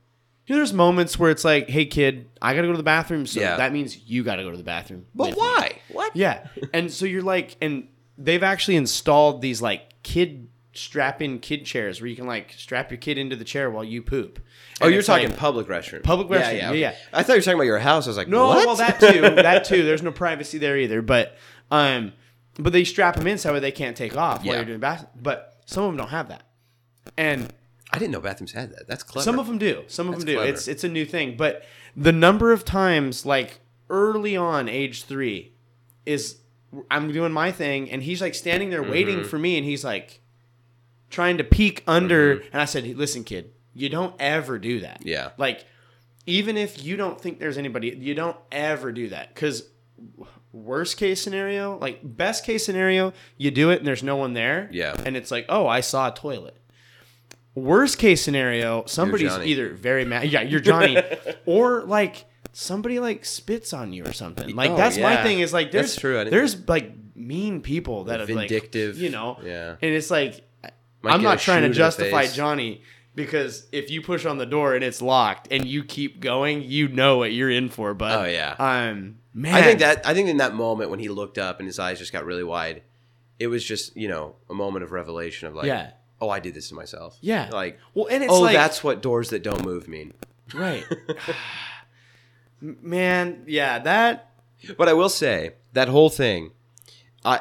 Speaker 2: You know, there's moments where it's like, "Hey, kid, I gotta go to the bathroom," so
Speaker 1: Yeah.
Speaker 2: that means you gotta go to the bathroom.
Speaker 1: But
Speaker 2: with me.
Speaker 1: why? What?
Speaker 2: Yeah. And so you're like, and they've actually installed these like kid strap in kid chairs where you can like strap your kid into the chair while you poop.
Speaker 1: Oh,
Speaker 2: And
Speaker 1: you're
Speaker 2: it's
Speaker 1: talking
Speaker 2: like-
Speaker 1: public restroom.
Speaker 2: Public restroom, yeah, yeah.
Speaker 1: I thought you were talking about your house. I was like,
Speaker 2: no,
Speaker 1: what?
Speaker 2: well that too, that too. There's no privacy there either. But um, but they strap them in so that they can't take off
Speaker 1: Yeah.
Speaker 2: while you're doing bath. But some of them don't have that, and
Speaker 1: I didn't know bathrooms had that. That's clever.
Speaker 2: Some of them do. Some of
Speaker 1: That's
Speaker 2: them do.
Speaker 1: clever.
Speaker 2: It's it's a new thing, but the number of times like early on age 3 is I'm doing my thing and he's like standing there waiting
Speaker 1: Mm-hmm.
Speaker 2: for me and he's like trying to peek under and I said, "Listen, kid, you don't ever do that."
Speaker 1: Mm-hmm. Yeah.
Speaker 2: Like even if you don't think there's anybody, you don't ever do that cuz worst case scenario, like best case scenario, you do it and there's no one there.
Speaker 1: Yeah.
Speaker 2: And it's like, "Oh, I saw a toilet." Worst case scenario, somebody's
Speaker 1: Johnny.
Speaker 2: either very mad, yeah, you're Johnny, or like somebody like spits on you or something. Like
Speaker 1: Oh,
Speaker 2: that's my
Speaker 1: yeah.
Speaker 2: thing is like there's
Speaker 1: That's true, I didn't-
Speaker 2: there's like mean people that have
Speaker 1: Vindictive,
Speaker 2: like, you know,
Speaker 1: yeah.
Speaker 2: and it's like
Speaker 1: Might
Speaker 2: I'm
Speaker 1: get a
Speaker 2: not
Speaker 1: shoe
Speaker 2: trying to
Speaker 1: to the
Speaker 2: justify
Speaker 1: face.
Speaker 2: Johnny because if you push on the door and it's locked and you keep going, you know what you're in for. But
Speaker 1: Oh, yeah.
Speaker 2: um, man,
Speaker 1: I think that I think in that moment when he looked up and his eyes just got really wide, it was just you know a moment of revelation of like,
Speaker 2: Yeah.
Speaker 1: oh, I did this to myself.
Speaker 2: Yeah.
Speaker 1: like
Speaker 2: well, and it's
Speaker 1: oh,
Speaker 2: like
Speaker 1: that's what doors that don't move mean.
Speaker 2: right, man. Yeah, that
Speaker 1: But I will say that whole thing, I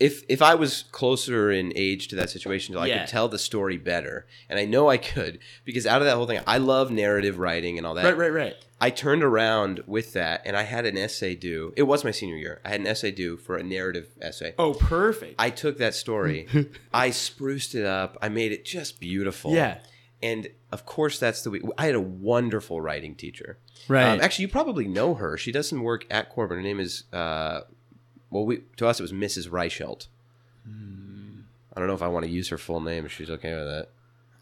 Speaker 1: if if I was closer in age to that situation, I
Speaker 2: Yeah.
Speaker 1: could tell the story better, and I know I could because out of that whole thing, I love narrative writing and all that.
Speaker 2: right, right, right.
Speaker 1: I turned around with that, and I had an essay due. It was my senior year. I had an essay due for a narrative essay.
Speaker 2: Oh, perfect.
Speaker 1: I took that story, I spruced it up, I made it just beautiful.
Speaker 2: Yeah.
Speaker 1: And of course, that's the way. I had a wonderful writing teacher.
Speaker 2: Right.
Speaker 1: Um, actually, you probably know her. She does some work at Corbin. Her name is, uh, well, we, to us, it was Mrs. Reichelt. I don't know if I want to use her full name if she's okay with that.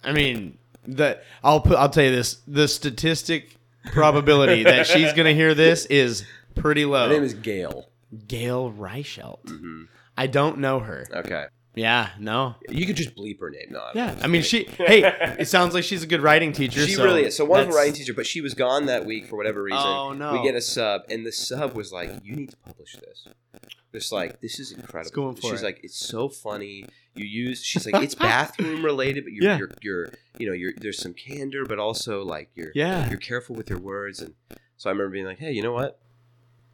Speaker 2: I mean, the I'll put I'll tell you this: the statistic probability that she's gonna hear this is pretty low.
Speaker 1: Her name is Gail.
Speaker 2: Gail Reichelt. I don't know her.
Speaker 1: Mm-hmm. Okay.
Speaker 2: Yeah, no.
Speaker 1: You could just bleep her name. No, I'm-
Speaker 2: Yeah, I mean, she. Hey, it sounds like she's a good writing teacher.
Speaker 1: She
Speaker 2: so
Speaker 1: really is. So wonderful
Speaker 2: that's-
Speaker 1: writing teacher, but she was gone that week for whatever reason.
Speaker 2: Oh, no.
Speaker 1: We get a sub, and the sub was like, "You need to publish this." Just like this is incredible.
Speaker 2: going for
Speaker 1: she's
Speaker 2: it.
Speaker 1: like, "It's so funny." You use. She's like, "It's bathroom related, but you're,
Speaker 2: Yeah.
Speaker 1: you're you're you know you're there's some candor, but also like you're
Speaker 2: Yeah.
Speaker 1: you're careful with your words." And so I remember being like, "Hey, you know what?"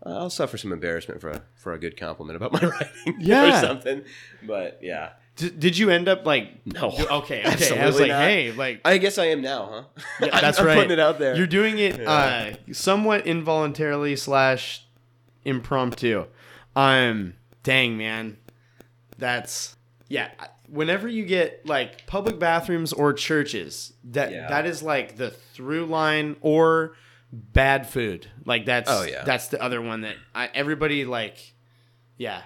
Speaker 1: I'll suffer some embarrassment for a, for a good compliment about my writing
Speaker 2: Yeah.
Speaker 1: or something, but yeah,
Speaker 2: D- did you end up like?
Speaker 1: no.
Speaker 2: Okay, okay. I was
Speaker 1: Absolutely
Speaker 2: like,
Speaker 1: not.
Speaker 2: hey, like
Speaker 1: I guess I am now, huh?
Speaker 2: Yeah, that's
Speaker 1: I'm
Speaker 2: right.
Speaker 1: Putting it out there.
Speaker 2: You're doing it uh, somewhat involuntarily slash impromptu. Um, dang man, that's yeah. I- Whenever you get like public bathrooms or churches, that
Speaker 1: Yeah.
Speaker 2: that is like the through line or bad food. Like that's
Speaker 1: Oh, yeah.
Speaker 2: that's the other one that I, everybody like. Yeah,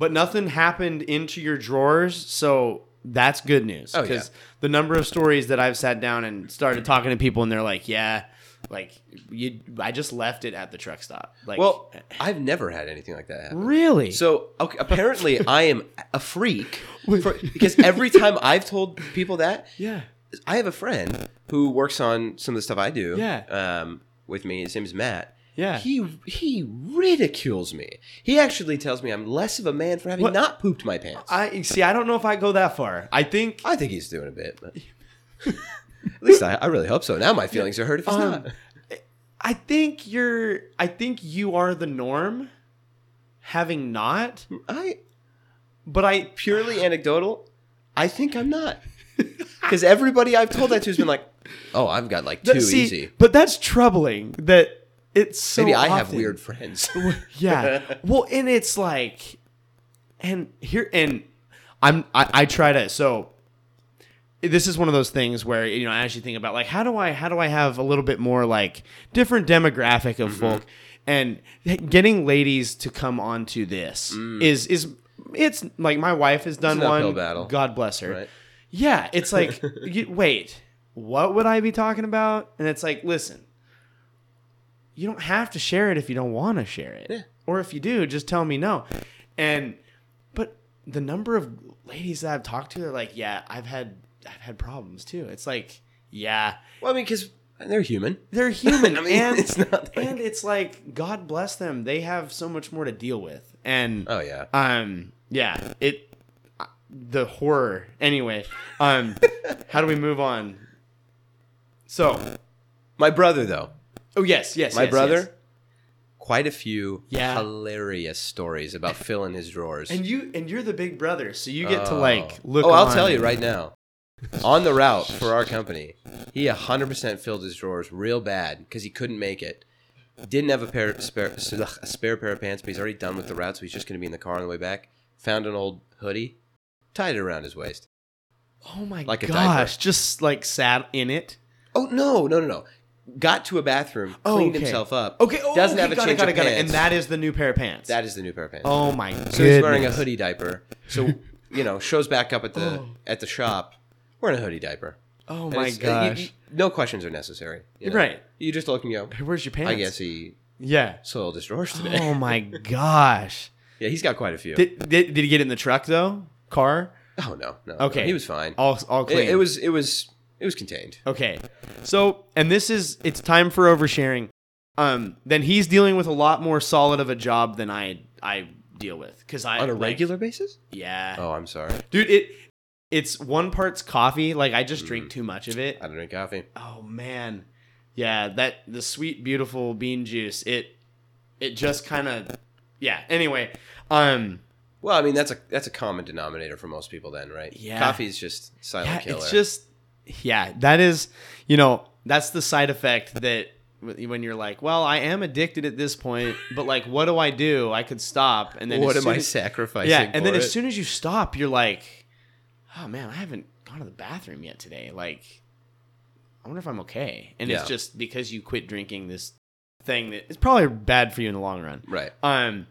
Speaker 2: but nothing happened into your drawers, so that's good news.
Speaker 1: Oh, yeah.
Speaker 2: the number of stories that I've sat down and started talking to people, and they're like, "Yeah, like you, I just left it at the truck stop." Like, eh,
Speaker 1: Well, I've never had anything like that happen.
Speaker 2: really?
Speaker 1: So okay, apparently, I am a freak for, because every time I've told people that,
Speaker 2: yeah,
Speaker 1: I have a friend who works on some of the stuff I do.
Speaker 2: Yeah.
Speaker 1: Um, with me, his name is Matt.
Speaker 2: Yeah.
Speaker 1: He he ridicules me. He actually tells me I'm less of a man for having
Speaker 2: What?
Speaker 1: not pooped my pants. I,
Speaker 2: I see. I don't know if I go that far. I think
Speaker 1: think he's doing a bit, but at least I, I really hope so. Now my feelings are hurt if he's
Speaker 2: Um,
Speaker 1: not.
Speaker 2: I think you're. I think you are the norm, having not.
Speaker 1: I
Speaker 2: But I
Speaker 1: purely anecdotal, I think I'm not. Because everybody I've told that to has been like, oh, I've got like
Speaker 2: th-
Speaker 1: too
Speaker 2: see,
Speaker 1: easy.
Speaker 2: but that's troubling. That it's so.
Speaker 1: Maybe I have
Speaker 2: often-
Speaker 1: weird friends.
Speaker 2: yeah well and it's like and here and i'm I, I try to so this is one of those things where you know i actually think about like how do i how do i have a little bit more like different demographic
Speaker 1: Mm-hmm.
Speaker 2: of folk and getting ladies to come onto this is is it's like my wife has done
Speaker 1: Mm. It's an
Speaker 2: one
Speaker 1: uphill battle.
Speaker 2: god bless her
Speaker 1: Right.
Speaker 2: yeah, it's like, you, wait, what would I be talking about? And it's like, listen, you don't have to share it if you don't want to share it.
Speaker 1: Yeah.
Speaker 2: Or if you do, just tell me no. And, but the number of ladies that I've talked to, they're like, yeah, I've had, I've had problems too. It's like, yeah,
Speaker 1: well, I mean, because they're human.
Speaker 2: they're human.
Speaker 1: I mean,
Speaker 2: and,
Speaker 1: it's not like-
Speaker 2: and it's like, God bless them. They have so much more to deal with. And,
Speaker 1: Oh, yeah.
Speaker 2: um, yeah, it the horror. Anyway, um, how do we move on? So,
Speaker 1: My brother, though.
Speaker 2: oh yes, yes,
Speaker 1: My
Speaker 2: yes,
Speaker 1: brother,
Speaker 2: yes.
Speaker 1: quite a few
Speaker 2: Yeah.
Speaker 1: hilarious stories about filling his drawers.
Speaker 2: and you and you're the big brother, so you get to
Speaker 1: Oh.
Speaker 2: like look.
Speaker 1: Oh, I'll
Speaker 2: on.
Speaker 1: tell you right now. on the route for our company, he 100% filled his drawers real bad because he couldn't make it. Didn't have a pair of spare a spare pair of pants, but he's already done with the route, so he's just going to be in the car on the way back. Found an old hoodie, tied it around his waist.
Speaker 2: Oh my
Speaker 1: Like a diaper.
Speaker 2: gosh! Just like sat in it.
Speaker 1: Oh no, no, no, no! Got to a bathroom, cleaned
Speaker 2: Okay.
Speaker 1: himself up.
Speaker 2: Okay. Oh,
Speaker 1: doesn't
Speaker 2: okay,
Speaker 1: have a
Speaker 2: got
Speaker 1: change
Speaker 2: it, got
Speaker 1: of
Speaker 2: it, got it.
Speaker 1: pants.
Speaker 2: And that is the new pair of pants.
Speaker 1: that is the new pair of pants.
Speaker 2: oh my. Goodness.
Speaker 1: So he's wearing a hoodie diaper. So you know, shows back up at the at the shop wearing a hoodie diaper.
Speaker 2: Oh
Speaker 1: And
Speaker 2: my
Speaker 1: it's- uh, you-
Speaker 2: gosh!
Speaker 1: you- no questions are necessary. you know?
Speaker 2: Right.
Speaker 1: You just look and go.
Speaker 2: Where's your pants?
Speaker 1: I guess he
Speaker 2: Yeah.
Speaker 1: soiled his drawers today.
Speaker 2: Oh my gosh!
Speaker 1: Yeah, he's got quite a few.
Speaker 2: Did, did did he get in the truck though? Car?
Speaker 1: oh no, no.
Speaker 2: Okay.
Speaker 1: no, he was fine.
Speaker 2: All all
Speaker 1: It-
Speaker 2: clean.
Speaker 1: it, was it was it was contained.
Speaker 2: Okay. So, and this is it's time for oversharing. Um, then he's dealing with a lot more solid of a job than I I deal with because I
Speaker 1: On a
Speaker 2: like,
Speaker 1: regular basis?
Speaker 2: Yeah,
Speaker 1: Oh, I'm sorry.
Speaker 2: dude. It it's one part's coffee. Like I just drink too much of it.
Speaker 1: Mm. I don't drink coffee.
Speaker 2: Oh man, yeah. That the sweet beautiful bean juice. It it just kind of yeah. Anyway, um,
Speaker 1: Well, I mean that's a that's a common denominator for most people then, right?
Speaker 2: Yeah.
Speaker 1: Coffee is just silent
Speaker 2: yeah,
Speaker 1: killer.
Speaker 2: it's just yeah. That is you know that's the side effect that w- when you're like, well, I am addicted at this point, but like, what do I do? I could stop, and then
Speaker 1: what
Speaker 2: as
Speaker 1: am
Speaker 2: soon
Speaker 1: I
Speaker 2: as-
Speaker 1: sacrificing?
Speaker 2: Yeah, and then
Speaker 1: for
Speaker 2: as
Speaker 1: it?
Speaker 2: soon as you stop, you're like, oh man, I haven't gone to the bathroom yet today. Like, I wonder if I'm okay. And
Speaker 1: Yeah.
Speaker 2: it's just because you quit drinking this thing that is probably bad for you in the long run.
Speaker 1: right,
Speaker 2: Um,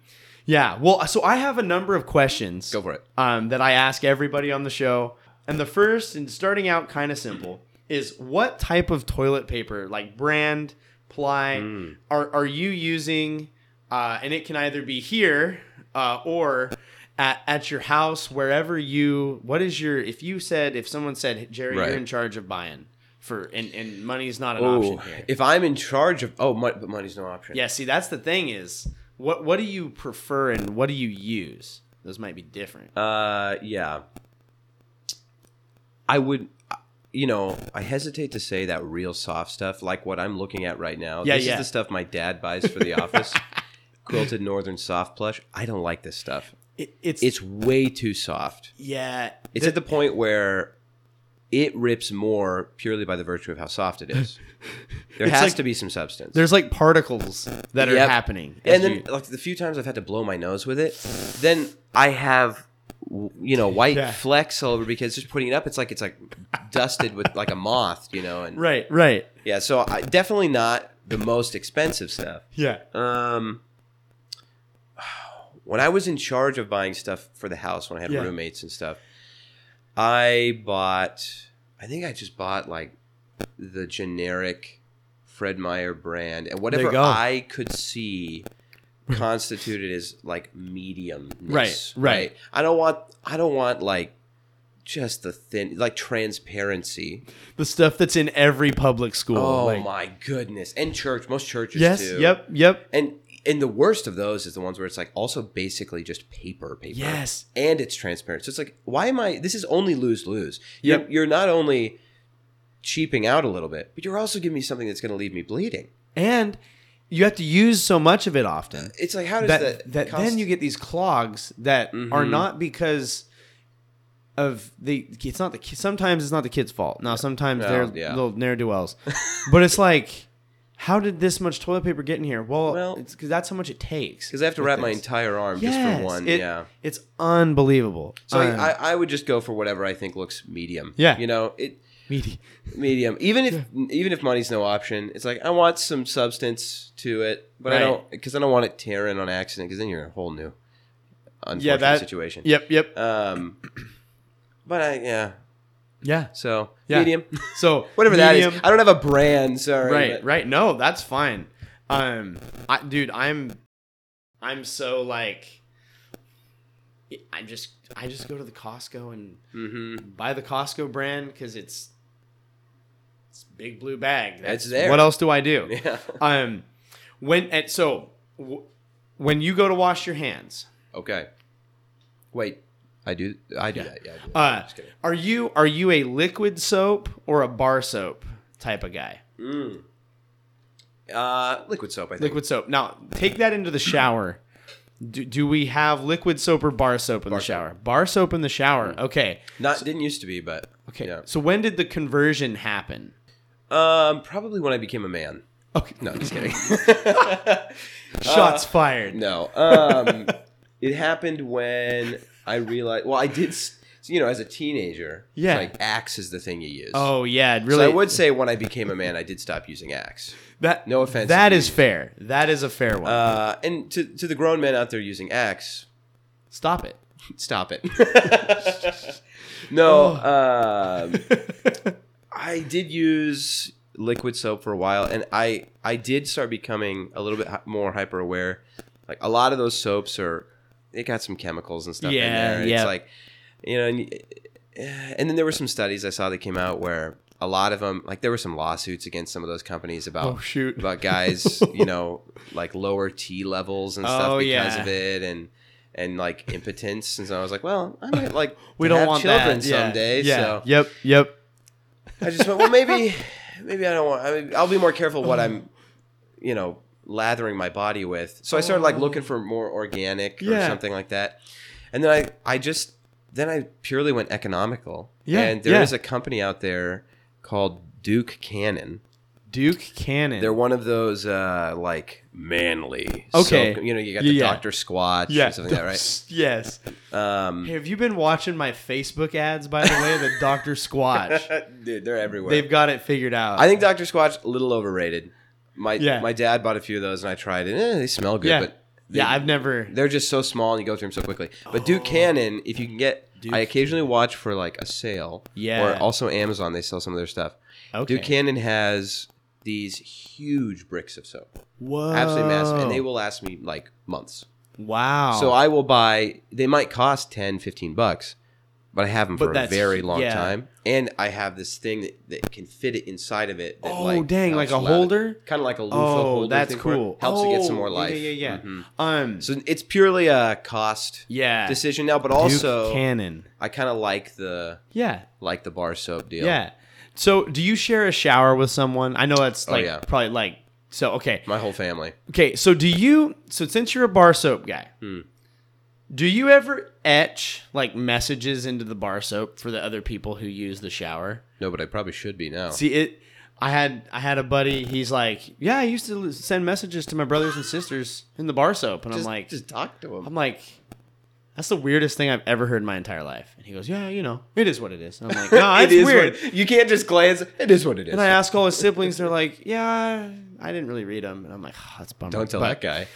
Speaker 2: yeah. Well, so I have a number of questions
Speaker 1: go for it.
Speaker 2: um, that I ask everybody on the show. And the first, and starting out kind of simple, is what type of toilet paper, like brand, ply,
Speaker 1: Mm.
Speaker 2: are, are you using? Uh, and it can either be here uh, or at, at your house, wherever you. What is your? If you said, if someone said, Jerry,
Speaker 1: Right.
Speaker 2: you're in charge of buying for, and and money's not an
Speaker 1: Oh,
Speaker 2: option here.
Speaker 1: if I'm in charge of oh, mon- but money's no option.
Speaker 2: Yeah, see, that's the thing is, what what do you prefer and what do you use? Those might be different.
Speaker 1: Uh, yeah. I would, you know, I hesitate to say that real soft stuff, like what I'm looking at right now.
Speaker 2: Yeah,
Speaker 1: this
Speaker 2: yeah.
Speaker 1: is the stuff my dad buys for the office. Quilted Northern Soft Plush. I don't like this stuff.
Speaker 2: It, it's,
Speaker 1: It's way too soft.
Speaker 2: yeah,
Speaker 1: It's at the point where it rips more purely by the virtue of how soft it is. There
Speaker 2: It's
Speaker 1: has
Speaker 2: like-
Speaker 1: to be some substance.
Speaker 2: there's like particles that
Speaker 1: Yep.
Speaker 2: are happening. as
Speaker 1: and then
Speaker 2: you-
Speaker 1: like the few times I've had to blow my nose with it, then I have w- you know white
Speaker 2: Yeah.
Speaker 1: flecks all over because just putting it up, it's like it's like dusted with like a moth, you know, and
Speaker 2: right, right,
Speaker 1: yeah. So I, definitely not the most expensive stuff.
Speaker 2: yeah,
Speaker 1: Um, when I was in charge of buying stuff for the house, when I had
Speaker 2: Yeah.
Speaker 1: roommates and stuff, I bought. I think I just bought like the generic Fred Meyer brand, and whatever
Speaker 2: go.
Speaker 1: I could see constituted as like medium.
Speaker 2: Right, right.
Speaker 1: I don't want. I don't want like just the thin, like transparency.
Speaker 2: the stuff that's in every public school.
Speaker 1: Oh
Speaker 2: like-
Speaker 1: my goodness! And church, most churches.
Speaker 2: Yes.
Speaker 1: too.
Speaker 2: Yep. Yep.
Speaker 1: And and the worst of those is the ones where it's like also basically just paper, paper.
Speaker 2: Yes.
Speaker 1: And it's transparent. So it's like, why am I? This is only lose lose. You're,
Speaker 2: Yep.
Speaker 1: you're not only cheaping out a little bit, but you're also giving me something that's going to leave me bleeding.
Speaker 2: And you have to use so much of it often
Speaker 1: It's like, how does
Speaker 2: that
Speaker 1: that?
Speaker 2: that,
Speaker 1: cost-
Speaker 2: then you get these clogs that are
Speaker 1: Mhm.
Speaker 2: not because of the. It's not the. ki- Sometimes it's not the kid's fault. Now sometimes
Speaker 1: No,
Speaker 2: they're
Speaker 1: yeah.
Speaker 2: little ne'er do wells, but it's like. How did this much toilet paper get in here? Well,
Speaker 1: Well-
Speaker 2: it's because that's how much it takes.
Speaker 1: because I have to wrap my
Speaker 2: Things.
Speaker 1: entire arm just
Speaker 2: Yes,
Speaker 1: for one.
Speaker 2: it-
Speaker 1: yeah.
Speaker 2: It's unbelievable.
Speaker 1: So
Speaker 2: Um,
Speaker 1: I, I, I would just go for whatever I think looks medium.
Speaker 2: Yeah.
Speaker 1: You know it.
Speaker 2: meaty.
Speaker 1: Medium, even if even if money's no option, it's like I want some substance to it, but I
Speaker 2: Right.
Speaker 1: don't because I don't want it tearing on accident because then you're in a whole new unfortunate
Speaker 2: that-
Speaker 1: situation.
Speaker 2: Yep, yep.
Speaker 1: Um, but I, yeah,
Speaker 2: Yeah.
Speaker 1: so
Speaker 2: Yeah.
Speaker 1: medium,
Speaker 2: So
Speaker 1: whatever that
Speaker 2: medium-
Speaker 1: is. I don't have a brand. Sorry,
Speaker 2: Right,
Speaker 1: but-
Speaker 2: right. No, that's fine. Um, I, dude, I'm, I'm so like, I just, I just go to the Costco and
Speaker 1: Mhm.
Speaker 2: buy the Costco brand because it's, it's big blue bag.
Speaker 1: It's there.
Speaker 2: What else do I do?
Speaker 1: Yeah.
Speaker 2: Um, when and so, w- when you go to wash your hands,
Speaker 1: Okay. Wait, I do. I do that. Yeah. I do that.
Speaker 2: Uh,
Speaker 1: Just kidding.
Speaker 2: are you are you a liquid soap or a bar soap type of guy?
Speaker 1: Uh, liquid soap. I think.
Speaker 2: Liquid soap. Now take that into the shower. Do, do we have liquid soap or bar soap in the
Speaker 1: soap.
Speaker 2: shower? Bar soap in the shower. Okay.
Speaker 1: Not didn't used to be, but
Speaker 2: Okay.
Speaker 1: Yeah.
Speaker 2: So when did the conversion happen?
Speaker 1: Um, probably when I became a man.
Speaker 2: Okay. Uh,
Speaker 1: No, I'm just kidding.
Speaker 2: Shots fired.
Speaker 1: No. Um, it happened when I realized. Well, I did. s- So, you know, as a teenager, it's
Speaker 2: Yeah.
Speaker 1: like axe is the thing you use.
Speaker 2: Oh yeah, it
Speaker 1: So
Speaker 2: really.
Speaker 1: I would say when I became a man, I did stop using axe.
Speaker 2: that
Speaker 1: no offense
Speaker 2: That
Speaker 1: to
Speaker 2: is fair. That is a fair one.
Speaker 1: Uh, and to to the grown men out there using axe,
Speaker 2: Stop it.
Speaker 1: stop it. no,
Speaker 2: Oh.
Speaker 1: um, I did use liquid soap for a while, and I I did start becoming a little bit hi- more hyper aware. Like a lot of those soaps are, they got some chemicals and stuff in
Speaker 2: Yeah,
Speaker 1: there. and
Speaker 2: yeah.
Speaker 1: It's like, you know, and, y- eh, and then there were some studies I saw that came out where a lot of them, like there were some lawsuits against some of those companies about
Speaker 2: Oh, shoot.
Speaker 1: about guys, you know, like lower T levels and stuff
Speaker 2: Oh,
Speaker 1: because
Speaker 2: yeah.
Speaker 1: of it, and and like impotence. And so I was like, well, I might like
Speaker 2: We don't
Speaker 1: have
Speaker 2: want
Speaker 1: children
Speaker 2: that.
Speaker 1: someday.
Speaker 2: Yeah.
Speaker 1: So
Speaker 2: yeah. Yep. Yep.
Speaker 1: I just went, well, maybe, maybe I don't want. I mean, I'll be more careful what I'm, you know, lathering my body with. So I started like looking for more organic or
Speaker 2: Yeah.
Speaker 1: something like that. And then I, I just, then I purely went economical.
Speaker 2: Yeah,
Speaker 1: And there is
Speaker 2: yeah.
Speaker 1: a company out there called Duke Cannon.
Speaker 2: Duke Cannon.
Speaker 1: They're one of those uh like manly.
Speaker 2: Okay.
Speaker 1: soap- you know, you got the
Speaker 2: Yeah, yeah.
Speaker 1: Doctor Squatch
Speaker 2: yeah.
Speaker 1: and something like that, right?
Speaker 2: Yes.
Speaker 1: Um,
Speaker 2: Hey, have you been watching my Facebook ads, by the way? The Dr. Squatch.
Speaker 1: uh, dude, they're everywhere.
Speaker 2: They've got it figured out.
Speaker 1: I think Dr. Squatch a little overrated. My
Speaker 2: Yeah.
Speaker 1: my dad bought a few of those and I tried it. Eh, they smell good,
Speaker 2: yeah.
Speaker 1: but they,
Speaker 2: yeah, Oh. I've never.
Speaker 1: they're just so small and you go through them so quickly. But Duke Cannon, if you can get, I occasionally watch for like a sale.
Speaker 2: Yeah.
Speaker 1: Or also Amazon, they sell some of their stuff.
Speaker 2: Okay.
Speaker 1: Duke Cannon has these huge bricks of soap,
Speaker 2: Whoa.
Speaker 1: absolutely massive,
Speaker 2: Oh.
Speaker 1: and they will last me like months.
Speaker 2: Wow.
Speaker 1: So I will buy. They might cost 10, 15 bucks, but I have them for a
Speaker 2: that's-
Speaker 1: very long
Speaker 2: yeah.
Speaker 1: time, and I have this thing that, that can fit it inside of it. That
Speaker 2: Oh,
Speaker 1: like
Speaker 2: dang, like a holder?
Speaker 1: kind of like a loofah
Speaker 2: Oh,
Speaker 1: holder.
Speaker 2: that's
Speaker 1: thing for it.
Speaker 2: cool.
Speaker 1: helps it get some
Speaker 2: Oh,
Speaker 1: more life.
Speaker 2: Yeah, yeah, yeah.
Speaker 1: Mhm.
Speaker 2: Um,
Speaker 1: So it's purely a cost
Speaker 2: yeah.
Speaker 1: decision now, but
Speaker 2: Duke
Speaker 1: also
Speaker 2: Cannon.
Speaker 1: I kind of like the
Speaker 2: Yeah.
Speaker 1: like the bar soap deal.
Speaker 2: Yeah. So, do you share a shower with someone? I know that's like
Speaker 1: Oh, yeah.
Speaker 2: probably like so. Okay.
Speaker 1: my whole family.
Speaker 2: Okay. So, do you? So, since you're a bar soap guy, do you ever etch like messages into the bar soap for the other people who use the shower?
Speaker 1: No, but I probably should be now.
Speaker 2: See it. I had I had a buddy. He's like, yeah, I used to send messages to my brothers and sisters in the bar soap, and
Speaker 1: just,
Speaker 2: I'm like,
Speaker 1: just talk to him.
Speaker 2: I'm like, that's the weirdest thing I've ever heard in my entire life. And he goes, yeah, you know, it is what it is. And I'm like, no,
Speaker 1: It
Speaker 2: it's
Speaker 1: is
Speaker 2: weird.
Speaker 1: what- you can't just glance. It is what it is.
Speaker 2: And I ask all his siblings, they're like, "Yeah, I didn't really read them." And I'm like, oh, "That's a bummer."
Speaker 1: Don't tell
Speaker 2: But-
Speaker 1: that guy.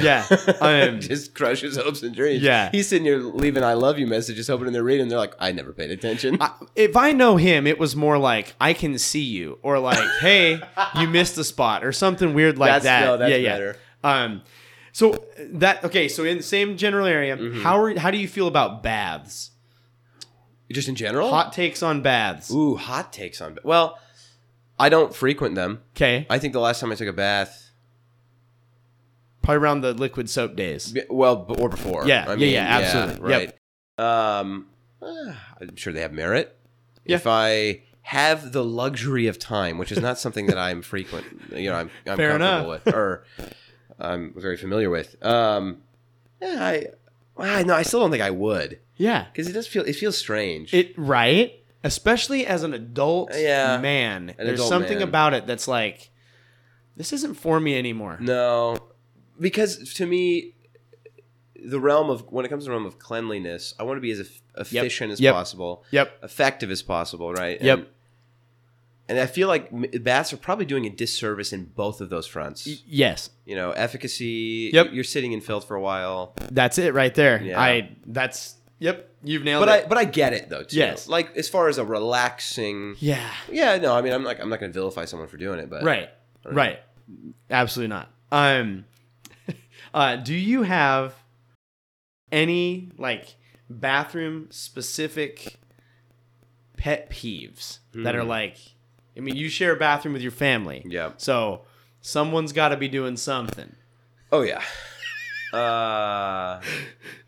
Speaker 2: yeah. Um,
Speaker 1: just crushes hopes and dreams.
Speaker 2: Yeah.
Speaker 1: He's sitting here leaving I love you messages, hoping they're reading. They're like, I never paid attention.
Speaker 2: I- if I know him, it was more like, "I can see you," or like, "Hey, you missed the spot," or something weird like
Speaker 1: That's-
Speaker 2: that.
Speaker 1: no, that's
Speaker 2: yeah, yeah.
Speaker 1: better.
Speaker 2: Um, so that okay. So in the same general area,
Speaker 1: Mm-hmm.
Speaker 2: how are, how do you feel about baths?
Speaker 1: Just in general?
Speaker 2: Hot takes on baths.
Speaker 1: Ooh, hot takes on. Well, I don't frequent them.
Speaker 2: Okay,
Speaker 1: I think the last time I took a bath,
Speaker 2: probably around the liquid soap days.
Speaker 1: b- well, b- or before.
Speaker 2: Yeah,
Speaker 1: I
Speaker 2: yeah, yeah, absolutely.
Speaker 1: right.
Speaker 2: Yep.
Speaker 1: Um, eh, I'm sure they have merit.
Speaker 2: Yeah.
Speaker 1: If I have the luxury of time, which is not something that I'm frequent, you know, I'm, I'm
Speaker 2: Fair
Speaker 1: comfortable with or I'm very familiar with. Um, yeah, I, I no, I still don't think I would.
Speaker 2: Yeah,
Speaker 1: because it does feel it feels strange.
Speaker 2: It right, especially as an adult
Speaker 1: Uh, Yeah.
Speaker 2: man. there's
Speaker 1: adult
Speaker 2: something
Speaker 1: man.
Speaker 2: about it that's like, this isn't for me anymore.
Speaker 1: no, because to me, the realm of when it comes to the realm of cleanliness, I want to be as eff- efficient as
Speaker 2: Yep.
Speaker 1: possible,
Speaker 2: Yep.
Speaker 1: effective as possible, right?
Speaker 2: Yep.
Speaker 1: And, and I feel like m- bats are probably doing a disservice in both of those fronts.
Speaker 2: Yes,
Speaker 1: You know, efficacy.
Speaker 2: Yep.
Speaker 1: You're sitting in filth for a while,
Speaker 2: that's it right there.
Speaker 1: Yeah.
Speaker 2: I that's yep. You've nailed
Speaker 1: but
Speaker 2: it.
Speaker 1: I but I get it though too.
Speaker 2: Yes.
Speaker 1: Like as far as a relaxing.
Speaker 2: yeah.
Speaker 1: Yeah. No. I mean, I'm like I'm not going to vilify someone for doing it, but
Speaker 2: Right. Right. Absolutely not. Um. uh. Do you have any like bathroom specific pet peeves that
Speaker 1: Hmm.
Speaker 2: are like? I mean, you share a bathroom with your family.
Speaker 1: Yeah.
Speaker 2: So someone's got to be doing something.
Speaker 1: Oh yeah. Uh,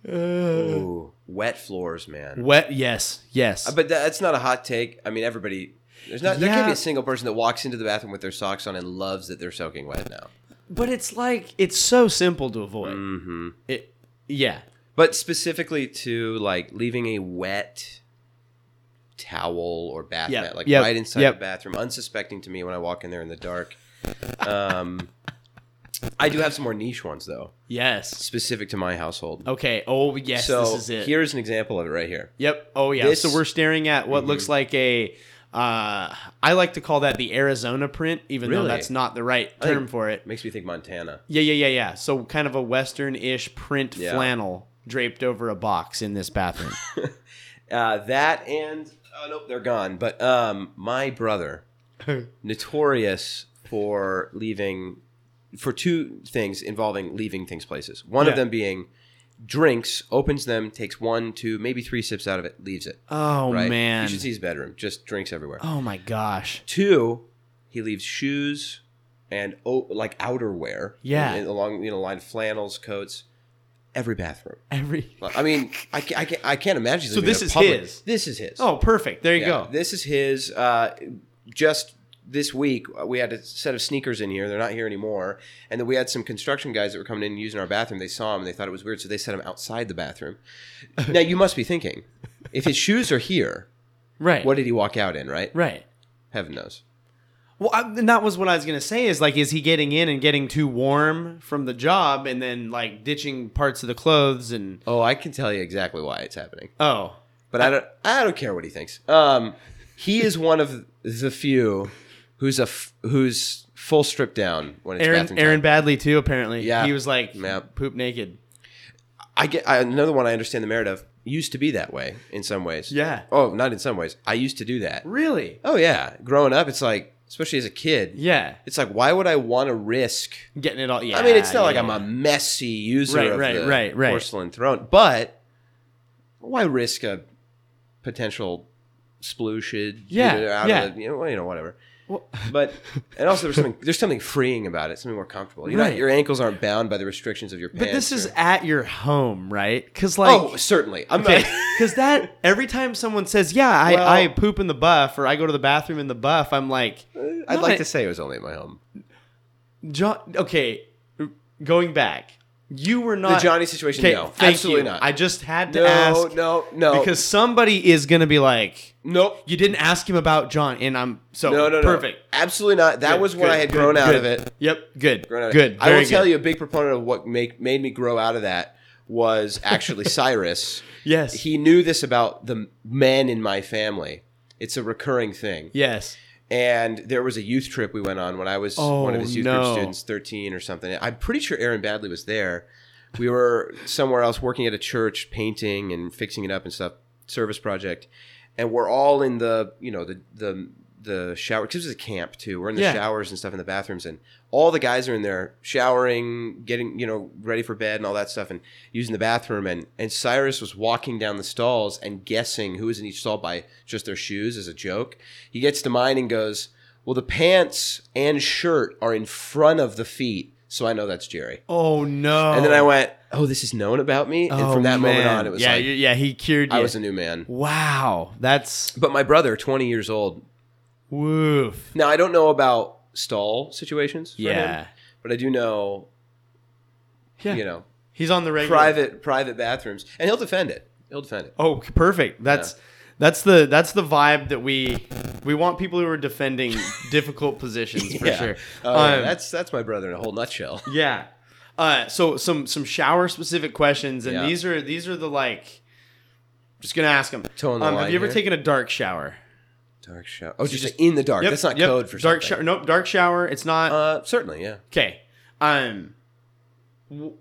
Speaker 1: ooh, wet floors, man.
Speaker 2: Wet. Yes. Yes.
Speaker 1: Uh, But that, that's not a hot take. I mean, everybody. There's not. There can't be
Speaker 2: Yeah.
Speaker 1: a single person that walks into the bathroom with their socks on and loves that they're soaking wet now.
Speaker 2: But it's like it's so simple to avoid.
Speaker 1: Mm-hmm.
Speaker 2: It. Yeah.
Speaker 1: But specifically to like leaving a wet towel or bath
Speaker 2: Yep.
Speaker 1: mat, like
Speaker 2: Yep.
Speaker 1: right inside
Speaker 2: Yep.
Speaker 1: the bathroom, unsuspecting to me when I walk in there in the dark. Um, I do have some more niche ones though,
Speaker 2: Yes.
Speaker 1: specific to my household.
Speaker 2: Okay. Oh yes,
Speaker 1: so
Speaker 2: this is it.
Speaker 1: here's an example of it right here.
Speaker 2: Yep. Oh yeah.
Speaker 1: This- Mhm.
Speaker 2: so we're staring at what looks like a. Uh, I like to call that the Arizona print, even
Speaker 1: Really?
Speaker 2: though that's not the right
Speaker 1: I think-
Speaker 2: term for it.
Speaker 1: Makes me think Montana.
Speaker 2: Yeah, yeah, yeah, yeah. So kind of a Western-ish print
Speaker 1: Yeah.
Speaker 2: flannel draped over a box in this bathroom.
Speaker 1: Uh, that and oh nope, they're gone. But um, my brother, notorious for leaving for two things involving leaving things places. One of
Speaker 2: Yeah.
Speaker 1: them being drinks, opens them, takes one, two, maybe three sips out of it, leaves it.
Speaker 2: oh
Speaker 1: right?
Speaker 2: man.
Speaker 1: you should see his bedroom. Just drinks everywhere.
Speaker 2: Oh my gosh.
Speaker 1: Two, he leaves shoes and oh, like outerwear.
Speaker 2: Yeah.
Speaker 1: and- and along you know line flannels, coats, every bathroom.
Speaker 2: Every.
Speaker 1: I mean, I can't, I can't, I can't imagine. he's
Speaker 2: So
Speaker 1: leaving
Speaker 2: this
Speaker 1: a
Speaker 2: is
Speaker 1: public-
Speaker 2: his?
Speaker 1: This is his.
Speaker 2: Oh, perfect. There you
Speaker 1: Yeah,
Speaker 2: go.
Speaker 1: This is his. Uh, just this week, uh, we had a set of sneakers in here. They're not here anymore. And then we had some construction guys that were coming in and using our bathroom. They saw him and they thought it was weird, so they set him outside the bathroom. now you must be thinking, if his shoes are here,
Speaker 2: Right.
Speaker 1: what did he walk out in? Right?
Speaker 2: Right.
Speaker 1: Heaven knows.
Speaker 2: Well, I, and that was what I was gonna say. Is like, is he getting in and getting too warm from the job, and then like ditching parts of the clothes and
Speaker 1: Oh, I can tell you exactly why it's happening,
Speaker 2: oh,
Speaker 1: but I don't. I don't care what he thinks. Um, he is one of the few who's a f- who's full stripped down when it's bathroom
Speaker 2: Aaron
Speaker 1: time.
Speaker 2: Aaron Badley too. Apparently,
Speaker 1: Yeah.
Speaker 2: he was like
Speaker 1: Yeah.
Speaker 2: poop naked.
Speaker 1: I get I, another one. I understand the merit of used to be that way in some ways.
Speaker 2: Yeah.
Speaker 1: Oh, not in some ways. I used to do that.
Speaker 2: Really?
Speaker 1: Oh yeah. Growing up, it's like, especially as a kid,
Speaker 2: Yeah.
Speaker 1: it's like, why would I want to risk?
Speaker 2: Getting it all. Yeah.
Speaker 1: I mean, it's not
Speaker 2: yeah,
Speaker 1: like
Speaker 2: yeah.
Speaker 1: I'm a messy user
Speaker 2: Right,
Speaker 1: of
Speaker 2: right,
Speaker 1: the
Speaker 2: right, right.
Speaker 1: porcelain throne, but why risk a potential splooshage?
Speaker 2: Yeah,
Speaker 1: you know, out
Speaker 2: yeah.
Speaker 1: Of the, you, know, well, you know, whatever.
Speaker 2: Well-
Speaker 1: but and also there's something there's something freeing about it, something more comfortable. You're
Speaker 2: Right.
Speaker 1: not, your ankles aren't bound by the restrictions of your pants.
Speaker 2: But this is
Speaker 1: or-
Speaker 2: at your home, right? Because like.
Speaker 1: oh certainly. I'm
Speaker 2: Okay,
Speaker 1: not,
Speaker 2: because that every time someone says, "Yeah, I,
Speaker 1: Well-
Speaker 2: I poop in the buff" or "I go to the bathroom in the buff," I'm like,
Speaker 1: Uh, I'd
Speaker 2: No,
Speaker 1: like
Speaker 2: I-
Speaker 1: to say it was only at my home.
Speaker 2: John. Okay, going back, you were
Speaker 1: The
Speaker 2: not
Speaker 1: Johnny situation,
Speaker 2: Okay,
Speaker 1: no,
Speaker 2: thank
Speaker 1: absolutely
Speaker 2: you.
Speaker 1: not.
Speaker 2: I just had to
Speaker 1: no,
Speaker 2: ask
Speaker 1: no, no,
Speaker 2: because somebody is gonna be like,
Speaker 1: nope.
Speaker 2: "You didn't ask him about John," and I'm so
Speaker 1: No, no, no,
Speaker 2: perfect.
Speaker 1: Absolutely not. That
Speaker 2: Good,
Speaker 1: was when
Speaker 2: good,
Speaker 1: I had
Speaker 2: good,
Speaker 1: grown out
Speaker 2: good.
Speaker 1: of it.
Speaker 2: Yep, good,
Speaker 1: Grown out of
Speaker 2: good.
Speaker 1: it. I
Speaker 2: Very
Speaker 1: will tell
Speaker 2: good.
Speaker 1: you, a big proponent of what make made me grow out of that was actually Cyrus.
Speaker 2: Yes,
Speaker 1: He knew this about the men in my family. It's a recurring thing.
Speaker 2: yes.
Speaker 1: And there was a youth trip we went on when I was
Speaker 2: Oh,
Speaker 1: one of his youth
Speaker 2: no.
Speaker 1: group students, 13 or something. I'm pretty sure Aaron Badley was there. We were somewhere else working at a church, painting and fixing it up and stuff, service project. And we're all in the, you know, the, the, the shower, because it was a camp too. We're in the
Speaker 2: Yeah.
Speaker 1: showers and stuff in the bathrooms. And all the guys are in there showering, getting, you know, ready for bed and all that stuff and using the bathroom. And, and Cyrus was walking down the stalls and guessing who was in each stall by just their shoes as a joke. He gets to mine and goes, well, the pants and shirt are in front of the feet, so I know that's Jerry.
Speaker 2: Oh no.
Speaker 1: And then I went, "Oh, this is known about me." And
Speaker 2: Oh,
Speaker 1: from that moment
Speaker 2: man.
Speaker 1: on, it was
Speaker 2: yeah,
Speaker 1: like
Speaker 2: you- yeah. He cured you.
Speaker 1: I was a new man.
Speaker 2: wow, that's
Speaker 1: But my brother, 20 years old.
Speaker 2: woof.
Speaker 1: Now, I don't know about stall situations for
Speaker 2: Yeah.
Speaker 1: him, but I do know,
Speaker 2: Yeah.
Speaker 1: you know,
Speaker 2: He's on the regular.
Speaker 1: private private bathrooms. And he'll defend it. He'll defend it.
Speaker 2: Oh, perfect. That's that's the that's the vibe that we we want people who are defending difficult positions for
Speaker 1: Yeah.
Speaker 2: sure.
Speaker 1: Oh, yeah,
Speaker 2: Um,
Speaker 1: that's that's my brother in a whole nutshell.
Speaker 2: yeah. Uh, so some some shower specific questions, and
Speaker 1: Yeah.
Speaker 2: these are these are the like. Just gonna ask them.
Speaker 1: Toeing the
Speaker 2: um, have
Speaker 1: line
Speaker 2: you ever
Speaker 1: here.
Speaker 2: taken a dark shower?
Speaker 1: Dark shower. Oh, just, in the dark. that's not code for
Speaker 2: dark shower.
Speaker 1: something.
Speaker 2: Nope, dark shower. It's not.
Speaker 1: Uh, certainly, yeah.
Speaker 2: Okay. Um. w-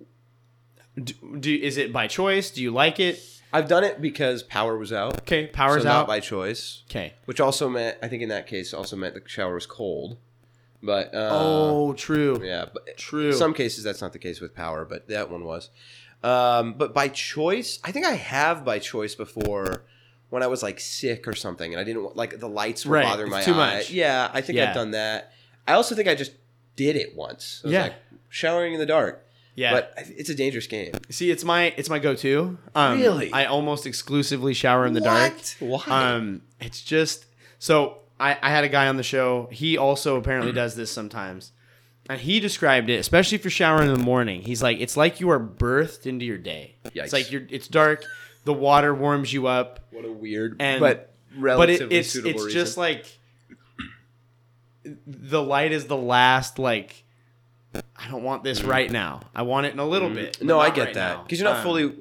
Speaker 2: Do, do is it by choice? Do you like it?
Speaker 1: I've done it because power was out.
Speaker 2: Okay, powers
Speaker 1: so
Speaker 2: out.
Speaker 1: not by choice,
Speaker 2: okay.
Speaker 1: which also meant I think in that case also meant the shower was cold. But uh,
Speaker 2: oh, true.
Speaker 1: yeah, but
Speaker 2: True.
Speaker 1: some cases that's not the case with power, but that one was. Um, but by choice, I think I have by choice before when I was like sick or something, and I didn't want, like the lights were
Speaker 2: Right,
Speaker 1: bothering my
Speaker 2: it's too
Speaker 1: eye.
Speaker 2: much.
Speaker 1: Yeah, I think
Speaker 2: Yeah.
Speaker 1: I've done that. I also think I just did it once. I was
Speaker 2: Yeah.
Speaker 1: like, showering in the dark.
Speaker 2: yeah.
Speaker 1: But I- it's a dangerous game.
Speaker 2: See, it's my it's my go-to. Um,
Speaker 1: Really?
Speaker 2: I almost exclusively shower in the
Speaker 1: What?
Speaker 2: dark.
Speaker 1: Why?
Speaker 2: Um, it's just so I, I had a guy on the show. He also apparently does this sometimes, and he described it, especially if you're showering in the morning. He's like, it's like you are birthed into your day.
Speaker 1: Yikes.
Speaker 2: It's like you're. It's dark. The water warms you up,
Speaker 1: What a weird.
Speaker 2: and
Speaker 1: but
Speaker 2: but it,
Speaker 1: relatively
Speaker 2: it's it's
Speaker 1: suitable reason.
Speaker 2: just like the light is the last like I don't want this right now. I want it in a little bit. but
Speaker 1: Mm. no, I
Speaker 2: not
Speaker 1: get
Speaker 2: right
Speaker 1: that
Speaker 2: now.
Speaker 1: because you're not
Speaker 2: Um,
Speaker 1: fully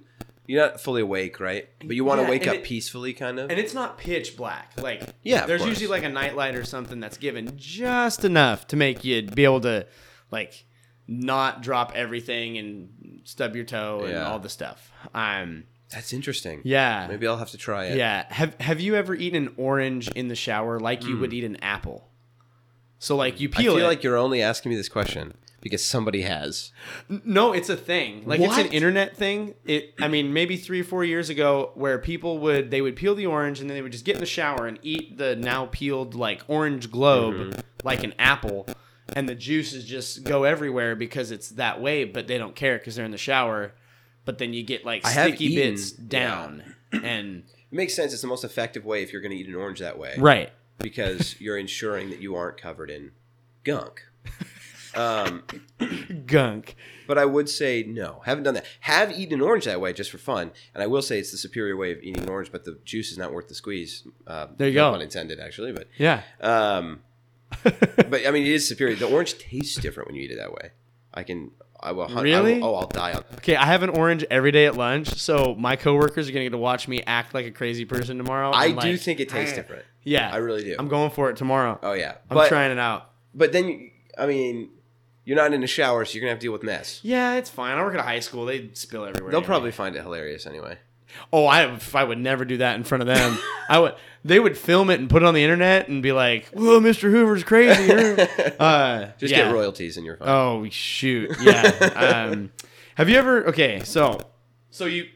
Speaker 1: you're not fully awake, right? But you want to
Speaker 2: yeah,
Speaker 1: wake
Speaker 2: and
Speaker 1: up
Speaker 2: it-
Speaker 1: peacefully, kind of.
Speaker 2: and it's not pitch black. Like
Speaker 1: Yeah, of
Speaker 2: there's
Speaker 1: course.
Speaker 2: usually like a nightlight or something that's given just enough to make you be able to like not drop everything and stub your toe and
Speaker 1: Yeah.
Speaker 2: all the stuff. Um,
Speaker 1: That's interesting.
Speaker 2: yeah,
Speaker 1: Maybe I'll have to try it.
Speaker 2: yeah. Have Have you ever eaten an orange in the shower like you would eat an apple? So like you
Speaker 1: Mm. I
Speaker 2: peel
Speaker 1: feel
Speaker 2: it.
Speaker 1: like you're only asking me this question because somebody has.
Speaker 2: No, it's a thing. Like it's an
Speaker 1: What?
Speaker 2: internet thing. It I mean maybe 3 or 4 years ago where people would they would peel the orange and then they would just get in the shower and eat the now peeled like orange globe like an apple and the juices just go everywhere because it's that way but they don't care cuz they're in the shower. But then you get like
Speaker 1: I have
Speaker 2: sticky
Speaker 1: eaten-
Speaker 2: bits down and
Speaker 1: It makes sense. It's the most effective way if you're going to eat an orange that way,
Speaker 2: right.
Speaker 1: Because you're ensuring that you aren't covered in gunk. Um,
Speaker 2: Gunk.
Speaker 1: but I would say no, haven't done that. Have eaten an orange that way just for fun, and I will say it's the superior way of eating an orange. But the juice is not worth the squeeze. Uh,
Speaker 2: There you
Speaker 1: no
Speaker 2: go.
Speaker 1: Pun intended, actually. But
Speaker 2: Yeah.
Speaker 1: Um, but I mean, it is superior. The orange tastes different when you eat it that way. I can. I will. Hunt, I
Speaker 2: Really?
Speaker 1: will, oh, I'll die on that.
Speaker 2: Okay, I have an orange every day at lunch, so my coworkers are going to get to watch me act like a crazy person tomorrow.
Speaker 1: I
Speaker 2: and,
Speaker 1: do
Speaker 2: like,
Speaker 1: think it tastes different.
Speaker 2: Yeah.
Speaker 1: I really do.
Speaker 2: I'm going for it tomorrow.
Speaker 1: oh yeah.
Speaker 2: I'm
Speaker 1: but
Speaker 2: trying it out.
Speaker 1: but then you- I mean, you're not in a shower, so you're gonna have to deal with mess.
Speaker 2: Yeah, it's fine. I work at a high school. They spill everywhere.
Speaker 1: They'll
Speaker 2: anyway.
Speaker 1: probably find it hilarious anyway.
Speaker 2: Oh, I I would never do that in front of them. I would. They would film it and put it on the internet and be like, "Whoa, Mr. Hoover's crazy." uh,
Speaker 1: Just
Speaker 2: yeah.
Speaker 1: get royalties and you're fine.
Speaker 2: Oh shoot! Yeah. um, have you ever? Okay, so so you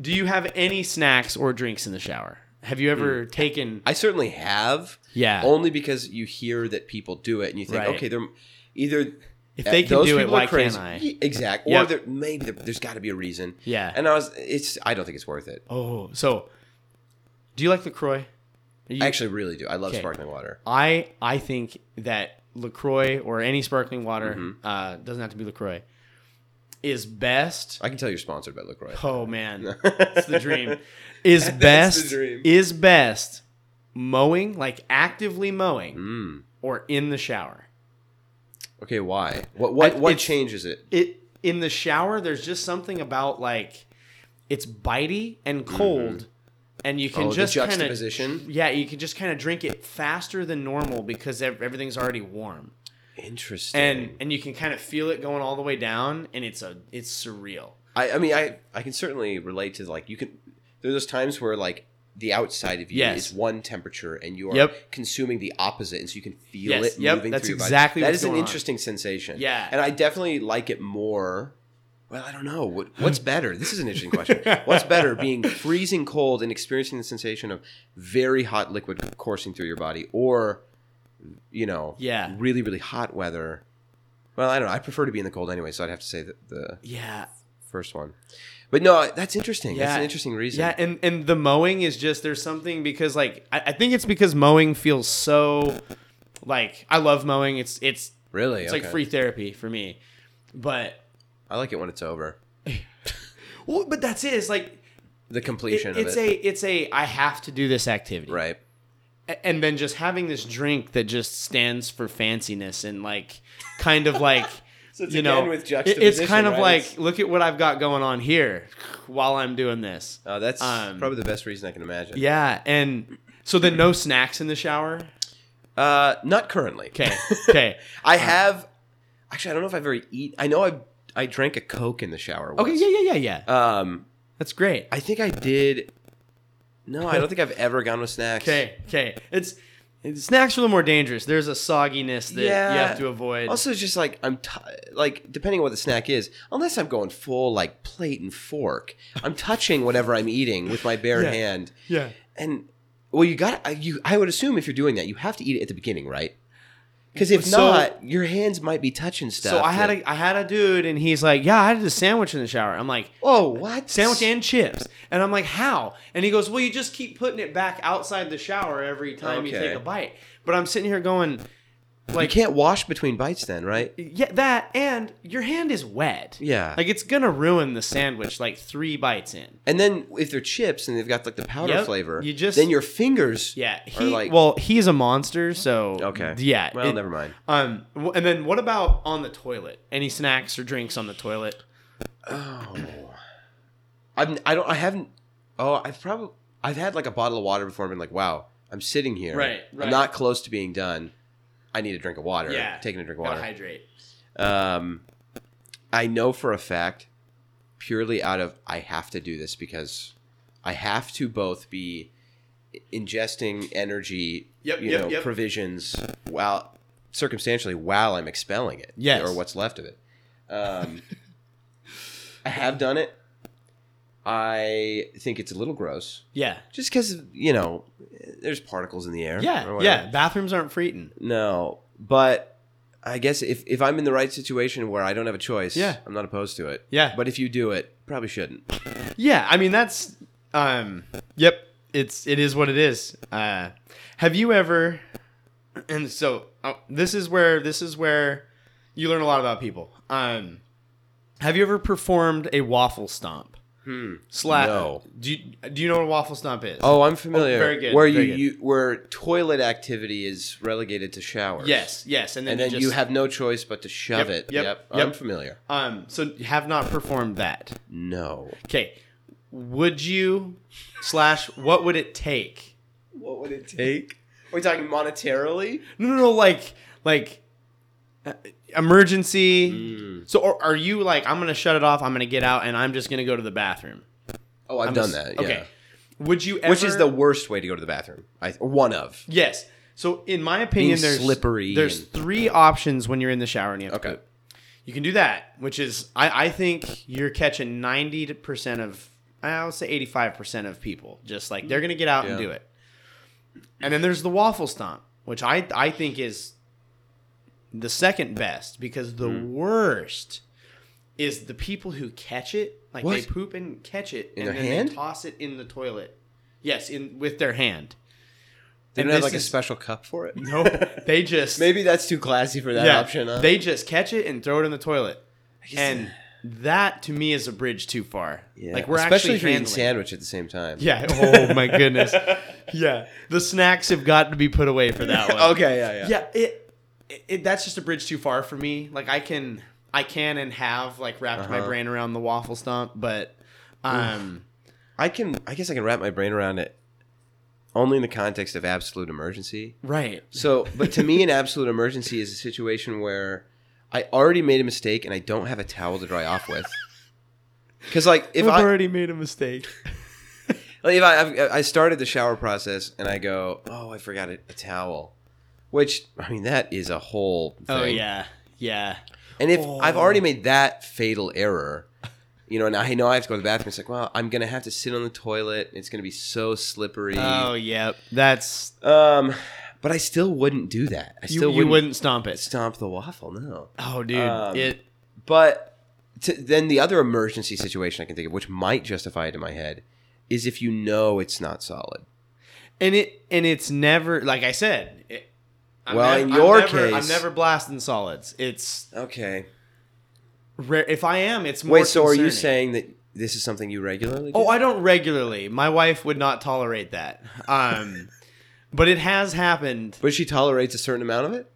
Speaker 2: do you have any snacks or drinks in the shower? Have you ever taken?
Speaker 1: Hmm. I certainly have.
Speaker 2: Yeah.
Speaker 1: Only because you hear that people do it and you think,
Speaker 2: Right.
Speaker 1: okay, they're either
Speaker 2: If they can do it, why can't I?
Speaker 1: Exactly. Or
Speaker 2: Yep.
Speaker 1: there, maybe there, there's got to be a reason.
Speaker 2: Yeah.
Speaker 1: And I was, it's. I don't think it's worth it.
Speaker 2: oh, so do you like Lacroix? You-
Speaker 1: I actually really do. I love
Speaker 2: Okay.
Speaker 1: sparkling water.
Speaker 2: I I think that Lacroix or any sparkling water
Speaker 1: Mm-hmm.
Speaker 2: uh, doesn't have to be Lacroix is best.
Speaker 1: I can tell you're sponsored by Lacroix.
Speaker 2: Oh man, it's the dream. Is best
Speaker 1: dream.
Speaker 2: is best mowing like actively mowing
Speaker 1: Mm.
Speaker 2: or in the shower.
Speaker 1: Okay, why? What what
Speaker 2: I-
Speaker 1: what
Speaker 2: it's-
Speaker 1: changes it?
Speaker 2: It in the shower. There's just something about like it's bitey and cold. And you can
Speaker 1: Mm-hmm. Oh, the
Speaker 2: just kind of
Speaker 1: juxtaposition?
Speaker 2: yeah, you can just kind of drink it faster than normal because ev- everything's already warm.
Speaker 1: Interesting.
Speaker 2: and and you can kind of feel it going all the way down and it's a it's surreal
Speaker 1: I, I mean I I can certainly relate to like you can there are those times where like the outside of you
Speaker 2: Yes.
Speaker 1: is one temperature and you are
Speaker 2: Yep.
Speaker 1: consuming the opposite and so you can feel
Speaker 2: Yes,
Speaker 1: it
Speaker 2: yep,
Speaker 1: moving
Speaker 2: that's
Speaker 1: through your
Speaker 2: exactly
Speaker 1: body. That
Speaker 2: what's
Speaker 1: is an
Speaker 2: going on.
Speaker 1: interesting sensation.
Speaker 2: Yeah.
Speaker 1: And I definitely like it more well, I don't know. What, what's better? This is an interesting question. What's better, being freezing cold and experiencing the sensation of very hot liquid coursing through your body, or you know,
Speaker 2: Yeah.
Speaker 1: really, really hot weather. Well, I don't know. I prefer to be in the cold anyway, so I'd have to say that the
Speaker 2: yeah
Speaker 1: first one. But no, that's interesting. That's an
Speaker 2: Yeah.
Speaker 1: interesting reason.
Speaker 2: yeah and and the mowing is just there's something because like I, I think it's because mowing feels so like i love mowing it's it's
Speaker 1: really,
Speaker 2: it's like
Speaker 1: Okay.
Speaker 2: free therapy for me but
Speaker 1: I like it when it's over.
Speaker 2: well, but that's it it's like
Speaker 1: The
Speaker 2: it-
Speaker 1: completion
Speaker 2: it's
Speaker 1: of it,
Speaker 2: a it's a i have to do this activity
Speaker 1: right?
Speaker 2: A- and then just having this drink that just stands for fanciness and like kind of like
Speaker 1: it's
Speaker 2: you
Speaker 1: again
Speaker 2: know
Speaker 1: with
Speaker 2: it- it's
Speaker 1: juxtaposition,
Speaker 2: kind of
Speaker 1: right?
Speaker 2: like
Speaker 1: It's-
Speaker 2: look at what i've got going on here while i'm doing this
Speaker 1: Oh, that's
Speaker 2: Um,
Speaker 1: probably the best reason I can imagine.
Speaker 2: yeah and so then no snacks in the shower
Speaker 1: Uh, not currently.
Speaker 2: okay Uh, okay
Speaker 1: I have. Actually, I don't know if I've ever eat. I know I I drank a Coke in the shower. Once.
Speaker 2: okay yeah yeah yeah yeah
Speaker 1: Um,
Speaker 2: that's great
Speaker 1: I think I did. No, I don't think I've ever gone with snacks.
Speaker 2: okay okay it's it's- Snacks are a little more dangerous. There's a sogginess that
Speaker 1: Yeah.
Speaker 2: you have to avoid.
Speaker 1: Also, it's just like I'm t- like depending on what the snack is, unless I'm going full like plate and fork, I'm touching whatever I'm eating with my bare
Speaker 2: Yeah.
Speaker 1: hand.
Speaker 2: yeah.
Speaker 1: And well, you got to you. I would assume if you're doing that, you have to eat it at the beginning, right? Because if
Speaker 2: So-
Speaker 1: not, your hands might be touching stuff.
Speaker 2: So I had
Speaker 1: that-
Speaker 2: a I had a dude and he's like, "Yeah, I did a sandwich in the shower." I'm like,
Speaker 1: oh what
Speaker 2: sandwich and chips. And I'm like, how? And he goes, well, you just keep putting it back outside the shower every time you
Speaker 1: Okay.
Speaker 2: take a bite. But I'm sitting here going,
Speaker 1: you
Speaker 2: like
Speaker 1: can't wash between bites then, right?
Speaker 2: yeah, that and your hand is wet.
Speaker 1: Yeah.
Speaker 2: Like it's gonna ruin the sandwich like three bites in.
Speaker 1: and then if they're chips and they've got like the powder
Speaker 2: Yep,
Speaker 1: flavor,
Speaker 2: you just-
Speaker 1: then your fingers
Speaker 2: Yeah.
Speaker 1: are
Speaker 2: He,
Speaker 1: like
Speaker 2: well, he's a monster, so
Speaker 1: okay.
Speaker 2: Yeah.
Speaker 1: Well,
Speaker 2: it-
Speaker 1: never mind.
Speaker 2: Um, w- and then what about on the toilet? Any snacks or drinks on the toilet?
Speaker 1: I'm, I don't. I haven't. Oh, I've probably. I've had like a bottle of water before. and been like, wow, I'm sitting here.
Speaker 2: Right, right.
Speaker 1: I'm not close to being done. I need a drink of water.
Speaker 2: Yeah.
Speaker 1: Taking a drink of
Speaker 2: Gotta
Speaker 1: water.
Speaker 2: hydrate.
Speaker 1: Um, I know for a fact, purely out of I have to do this because I have to both be ingesting energy,
Speaker 2: Yep,
Speaker 1: you
Speaker 2: yep,
Speaker 1: know,
Speaker 2: yep.
Speaker 1: provisions while circumstantially while I'm expelling it,
Speaker 2: Yes.
Speaker 1: or what's left of it. Um, I have done it. I think it's a little gross,
Speaker 2: Yeah.
Speaker 1: just because you know there's particles in the air. or
Speaker 2: Yeah.
Speaker 1: whatever.
Speaker 2: Yeah. Bathrooms aren't for eating.
Speaker 1: No, but I guess if, if I'm in the right situation where I don't have a choice,
Speaker 2: Yeah.
Speaker 1: I'm not opposed to it.
Speaker 2: Yeah.
Speaker 1: But if you do it, probably shouldn't.
Speaker 2: Yeah, I mean that's um yep, it's it is what it is. Uh have you ever and so oh, this is where this is where you learn a lot about people. Um have you ever performed a waffle stomp? Hmm. Slap.
Speaker 1: no.
Speaker 2: Do you, do you know what a waffle stomp is?
Speaker 1: Oh, I'm familiar.
Speaker 2: Oh, very good,
Speaker 1: Where
Speaker 2: very
Speaker 1: you,
Speaker 2: good.
Speaker 1: you where toilet activity is relegated to showers.
Speaker 2: yes, yes, and then,
Speaker 1: And then
Speaker 2: you,
Speaker 1: you
Speaker 2: just,
Speaker 1: have no choice but to shove
Speaker 2: Yep,
Speaker 1: it.
Speaker 2: yep,
Speaker 1: I'm
Speaker 2: yep.
Speaker 1: familiar.
Speaker 2: um so you have not performed that.
Speaker 1: No.
Speaker 2: Okay. Would you slash what would it take?
Speaker 1: What would it take? Are we talking monetarily?
Speaker 2: No, no, no. Like, like, uh, emergency.
Speaker 1: Mm.
Speaker 2: So, or, are you like, I'm gonna shut it off. I'm gonna get out, and I'm just gonna go to the bathroom.
Speaker 1: Oh, I've
Speaker 2: I'm
Speaker 1: done
Speaker 2: just-
Speaker 1: that. Yeah.
Speaker 2: Would you? Ever,
Speaker 1: Which is the worst way to go to the bathroom? I one of.
Speaker 2: yes. So, in my opinion,
Speaker 1: Being
Speaker 2: there's
Speaker 1: slippery
Speaker 2: There's
Speaker 1: and-
Speaker 2: three options when you're in the shower and you have
Speaker 1: Okay.
Speaker 2: to poop. You can do that, which is I, I think you're catching ninety percent of I would say eighty five percent of people just like they're gonna get out and
Speaker 1: Yeah.
Speaker 2: do it. And then there's the waffle stomp, which I I think is the second best because the
Speaker 1: Hmm.
Speaker 2: worst is the people who catch it, like they
Speaker 1: What?
Speaker 2: poop and catch it
Speaker 1: In
Speaker 2: and
Speaker 1: their
Speaker 2: then
Speaker 1: hand?
Speaker 2: they toss it in the toilet. Yes, in with their hand.
Speaker 1: They
Speaker 2: And
Speaker 1: don't have like
Speaker 2: this
Speaker 1: a
Speaker 2: is-
Speaker 1: special cup for it.
Speaker 2: No, they just
Speaker 1: Maybe that's too classy for that option. Huh?
Speaker 2: They just catch it and throw it in the toilet.
Speaker 1: guess-
Speaker 2: And that to me is a bridge too far.
Speaker 1: Yeah.
Speaker 2: Like we're
Speaker 1: especially
Speaker 2: actually
Speaker 1: if you're eating
Speaker 2: handling-
Speaker 1: sandwich at the same time.
Speaker 2: Yeah. Oh my goodness. yeah. The snacks have got to be put away for that one.
Speaker 1: Okay. Yeah.
Speaker 2: Yeah. It, it, it- That's just a bridge too far for me. Like I can, I can and have like wrapped my
Speaker 1: Uh-huh.
Speaker 2: brain around the waffle stomp, but um,
Speaker 1: I can. I guess I can wrap my brain around it, only in the context of absolute emergency.
Speaker 2: right.
Speaker 1: So, but to me, an absolute emergency is a situation where I already made a mistake and I don't have a towel to dry off with. Because like if
Speaker 2: I've
Speaker 1: I
Speaker 2: already made a mistake.
Speaker 1: like, if I I've, I started the shower process and I go, oh, I forgot a, a towel, which I mean that is a whole. Thing.
Speaker 2: Oh yeah, yeah.
Speaker 1: And if I've
Speaker 2: Oh.
Speaker 1: already made that fatal error, you know, and I know I have to go to the bathroom, it's like, well, I'm gonna have to sit on the toilet. It's gonna be so slippery.
Speaker 2: Oh yeah. That's
Speaker 1: Um, but I still wouldn't do that. I
Speaker 2: you.
Speaker 1: still
Speaker 2: you
Speaker 1: wouldn't,
Speaker 2: wouldn't stomp it.
Speaker 1: stomp the waffle. No.
Speaker 2: Oh dude,
Speaker 1: Um,
Speaker 2: it.
Speaker 1: But to, then the other emergency situation I can think of, which might justify it in my head, is if you know it's not solid.
Speaker 2: and it and it's never like I said. It, I'm
Speaker 1: Well,
Speaker 2: nev-
Speaker 1: in your
Speaker 2: I'm never, I'm
Speaker 1: case-
Speaker 2: never blasting solids. It's
Speaker 1: Okay.
Speaker 2: rare. If I am, it's more
Speaker 1: Wait. So are you
Speaker 2: concerning.
Speaker 1: saying that this is something you regularly? Do?
Speaker 2: Oh, I don't regularly. My wife would not tolerate that. Um, but it has happened.
Speaker 1: But she tolerates a certain amount of it.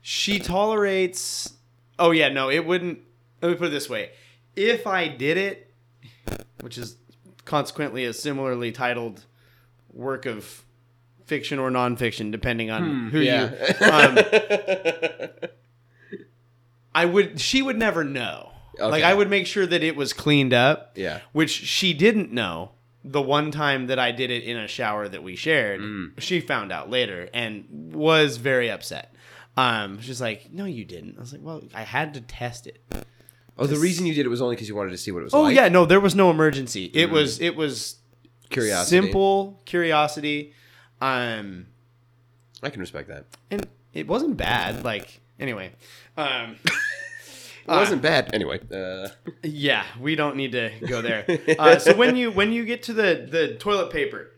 Speaker 2: She tolerates. Oh yeah, no, it wouldn't. Let me put it this way: if I did it, which is consequently a similarly titled work of fiction or nonfiction, depending on who you um, I would. She would never know.
Speaker 1: Okay.
Speaker 2: Like I would make sure that it was cleaned up.
Speaker 1: Yeah.
Speaker 2: Which she didn't know the one time that I did it in a shower that we shared.
Speaker 1: Mm.
Speaker 2: She found out later and was very upset. Um, she's like, "No, you didn't." I was like, "Well, I had to test it."
Speaker 1: oh, the reason you did it was only because you wanted to see what it was
Speaker 2: Oh
Speaker 1: like.
Speaker 2: yeah, no, there was no emergency. It was it was
Speaker 1: Mm. Curiosity.
Speaker 2: simple curiosity. Um,
Speaker 1: I can respect that.
Speaker 2: and it wasn't bad. Like anyway, um.
Speaker 1: It
Speaker 3: Ah.
Speaker 1: wasn't bad. Anyway. Uh,
Speaker 2: Yeah, we don't need to go there. Uh, so when you when you get to the the toilet paper,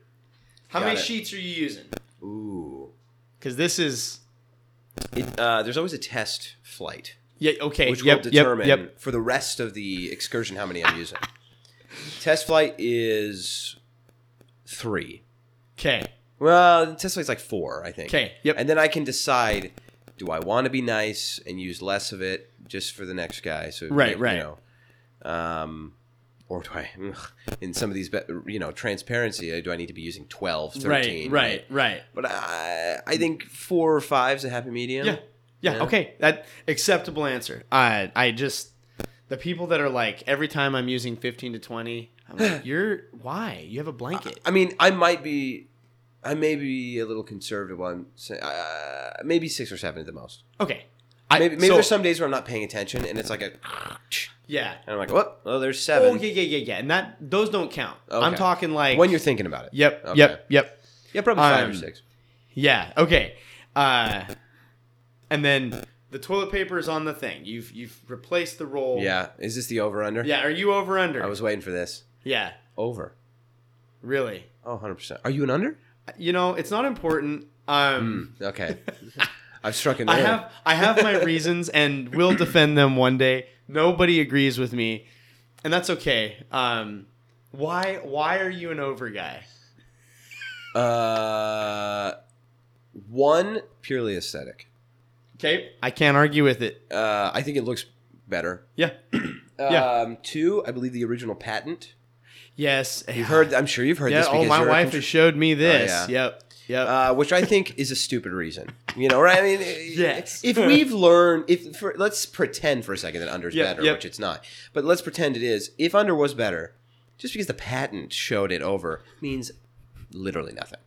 Speaker 2: how
Speaker 1: Got
Speaker 2: many
Speaker 1: it.
Speaker 2: sheets are you using?
Speaker 1: ooh.
Speaker 2: Because this is
Speaker 1: It, uh, there's always a test flight,
Speaker 3: Yeah. Okay.
Speaker 1: which
Speaker 3: yep.
Speaker 1: will
Speaker 3: Yep.
Speaker 1: determine
Speaker 3: Yep.
Speaker 1: for the rest of the excursion how many I'm using. test flight is three.
Speaker 3: Okay.
Speaker 1: Well, test flight's like four, I think.
Speaker 3: 'Kay, yep.
Speaker 1: And then I can decide: do I want to be nice and use less of it just for the next guy? So
Speaker 3: Right,
Speaker 1: you
Speaker 3: right.
Speaker 1: know, um, or do I? In some of these, be- you know, transparency. uh, Do I need to be using 12, 13?
Speaker 3: Right. Right. Right.
Speaker 1: But I, I think four or five's a happy medium.
Speaker 3: Yeah.
Speaker 2: Yeah,
Speaker 1: Yeah.
Speaker 2: okay. That acceptable answer. I I just the people that are like every time I'm using 15 to 20, I'm like, "You're why? You have a blanket."
Speaker 1: I mean, I might be, I may be a little conservative on, say- uh, maybe six or seven at the most.
Speaker 2: Okay.
Speaker 3: I,
Speaker 1: Maybe, maybe
Speaker 3: so-
Speaker 1: there's some days where I'm not paying attention, and it's like a,
Speaker 2: Yeah.
Speaker 1: and I'm like, what? Oh, there's seven.
Speaker 2: Oh, yeah, yeah, yeah, yeah. And that those don't count. I'm
Speaker 1: Okay.
Speaker 2: talking like
Speaker 1: When you're thinking about it.
Speaker 2: Yep.
Speaker 1: Okay.
Speaker 2: Yep. Yep.
Speaker 1: Yeah, probably five
Speaker 2: Um,
Speaker 1: or six.
Speaker 2: Yeah. Okay. Uh and then the toilet paper is on the thing. You've you've replaced the roll.
Speaker 1: Yeah. Is this the over under?
Speaker 2: Yeah, are you over under?
Speaker 1: I was waiting for this.
Speaker 2: yeah.
Speaker 1: Over.
Speaker 2: Really.
Speaker 1: Oh, 100%. Are you an under? Hmm.
Speaker 2: You know, it's not important. Um
Speaker 1: Okay. I've struck an
Speaker 2: I
Speaker 1: nerve.
Speaker 2: have I have my reasons and will defend them one day. Nobody agrees with me, and that's okay. Um, why why are you an over guy?
Speaker 1: Uh, one, purely aesthetic.
Speaker 2: Okay, I can't argue with it.
Speaker 1: Uh, I think it looks better.
Speaker 2: Yeah. Yeah.
Speaker 1: Um, two, I believe the original patent.
Speaker 2: Yes.
Speaker 1: You've heard, I'm sure you've heard
Speaker 2: Yeah.
Speaker 1: this
Speaker 2: Oh,
Speaker 1: because
Speaker 2: my
Speaker 1: you're a
Speaker 2: wife
Speaker 1: contr- Oh,
Speaker 2: has showed me this.
Speaker 1: yeah.
Speaker 2: Yep. Yep.
Speaker 1: uh, which I think is a stupid reason. You know, right? I mean,
Speaker 2: Yes.
Speaker 1: if we've learned, if for, let's pretend for a second that under is
Speaker 2: Yep,
Speaker 1: better,
Speaker 2: yep.
Speaker 1: which it's not, but let's pretend it is. If under was better, just because the patent showed it over means literally nothing.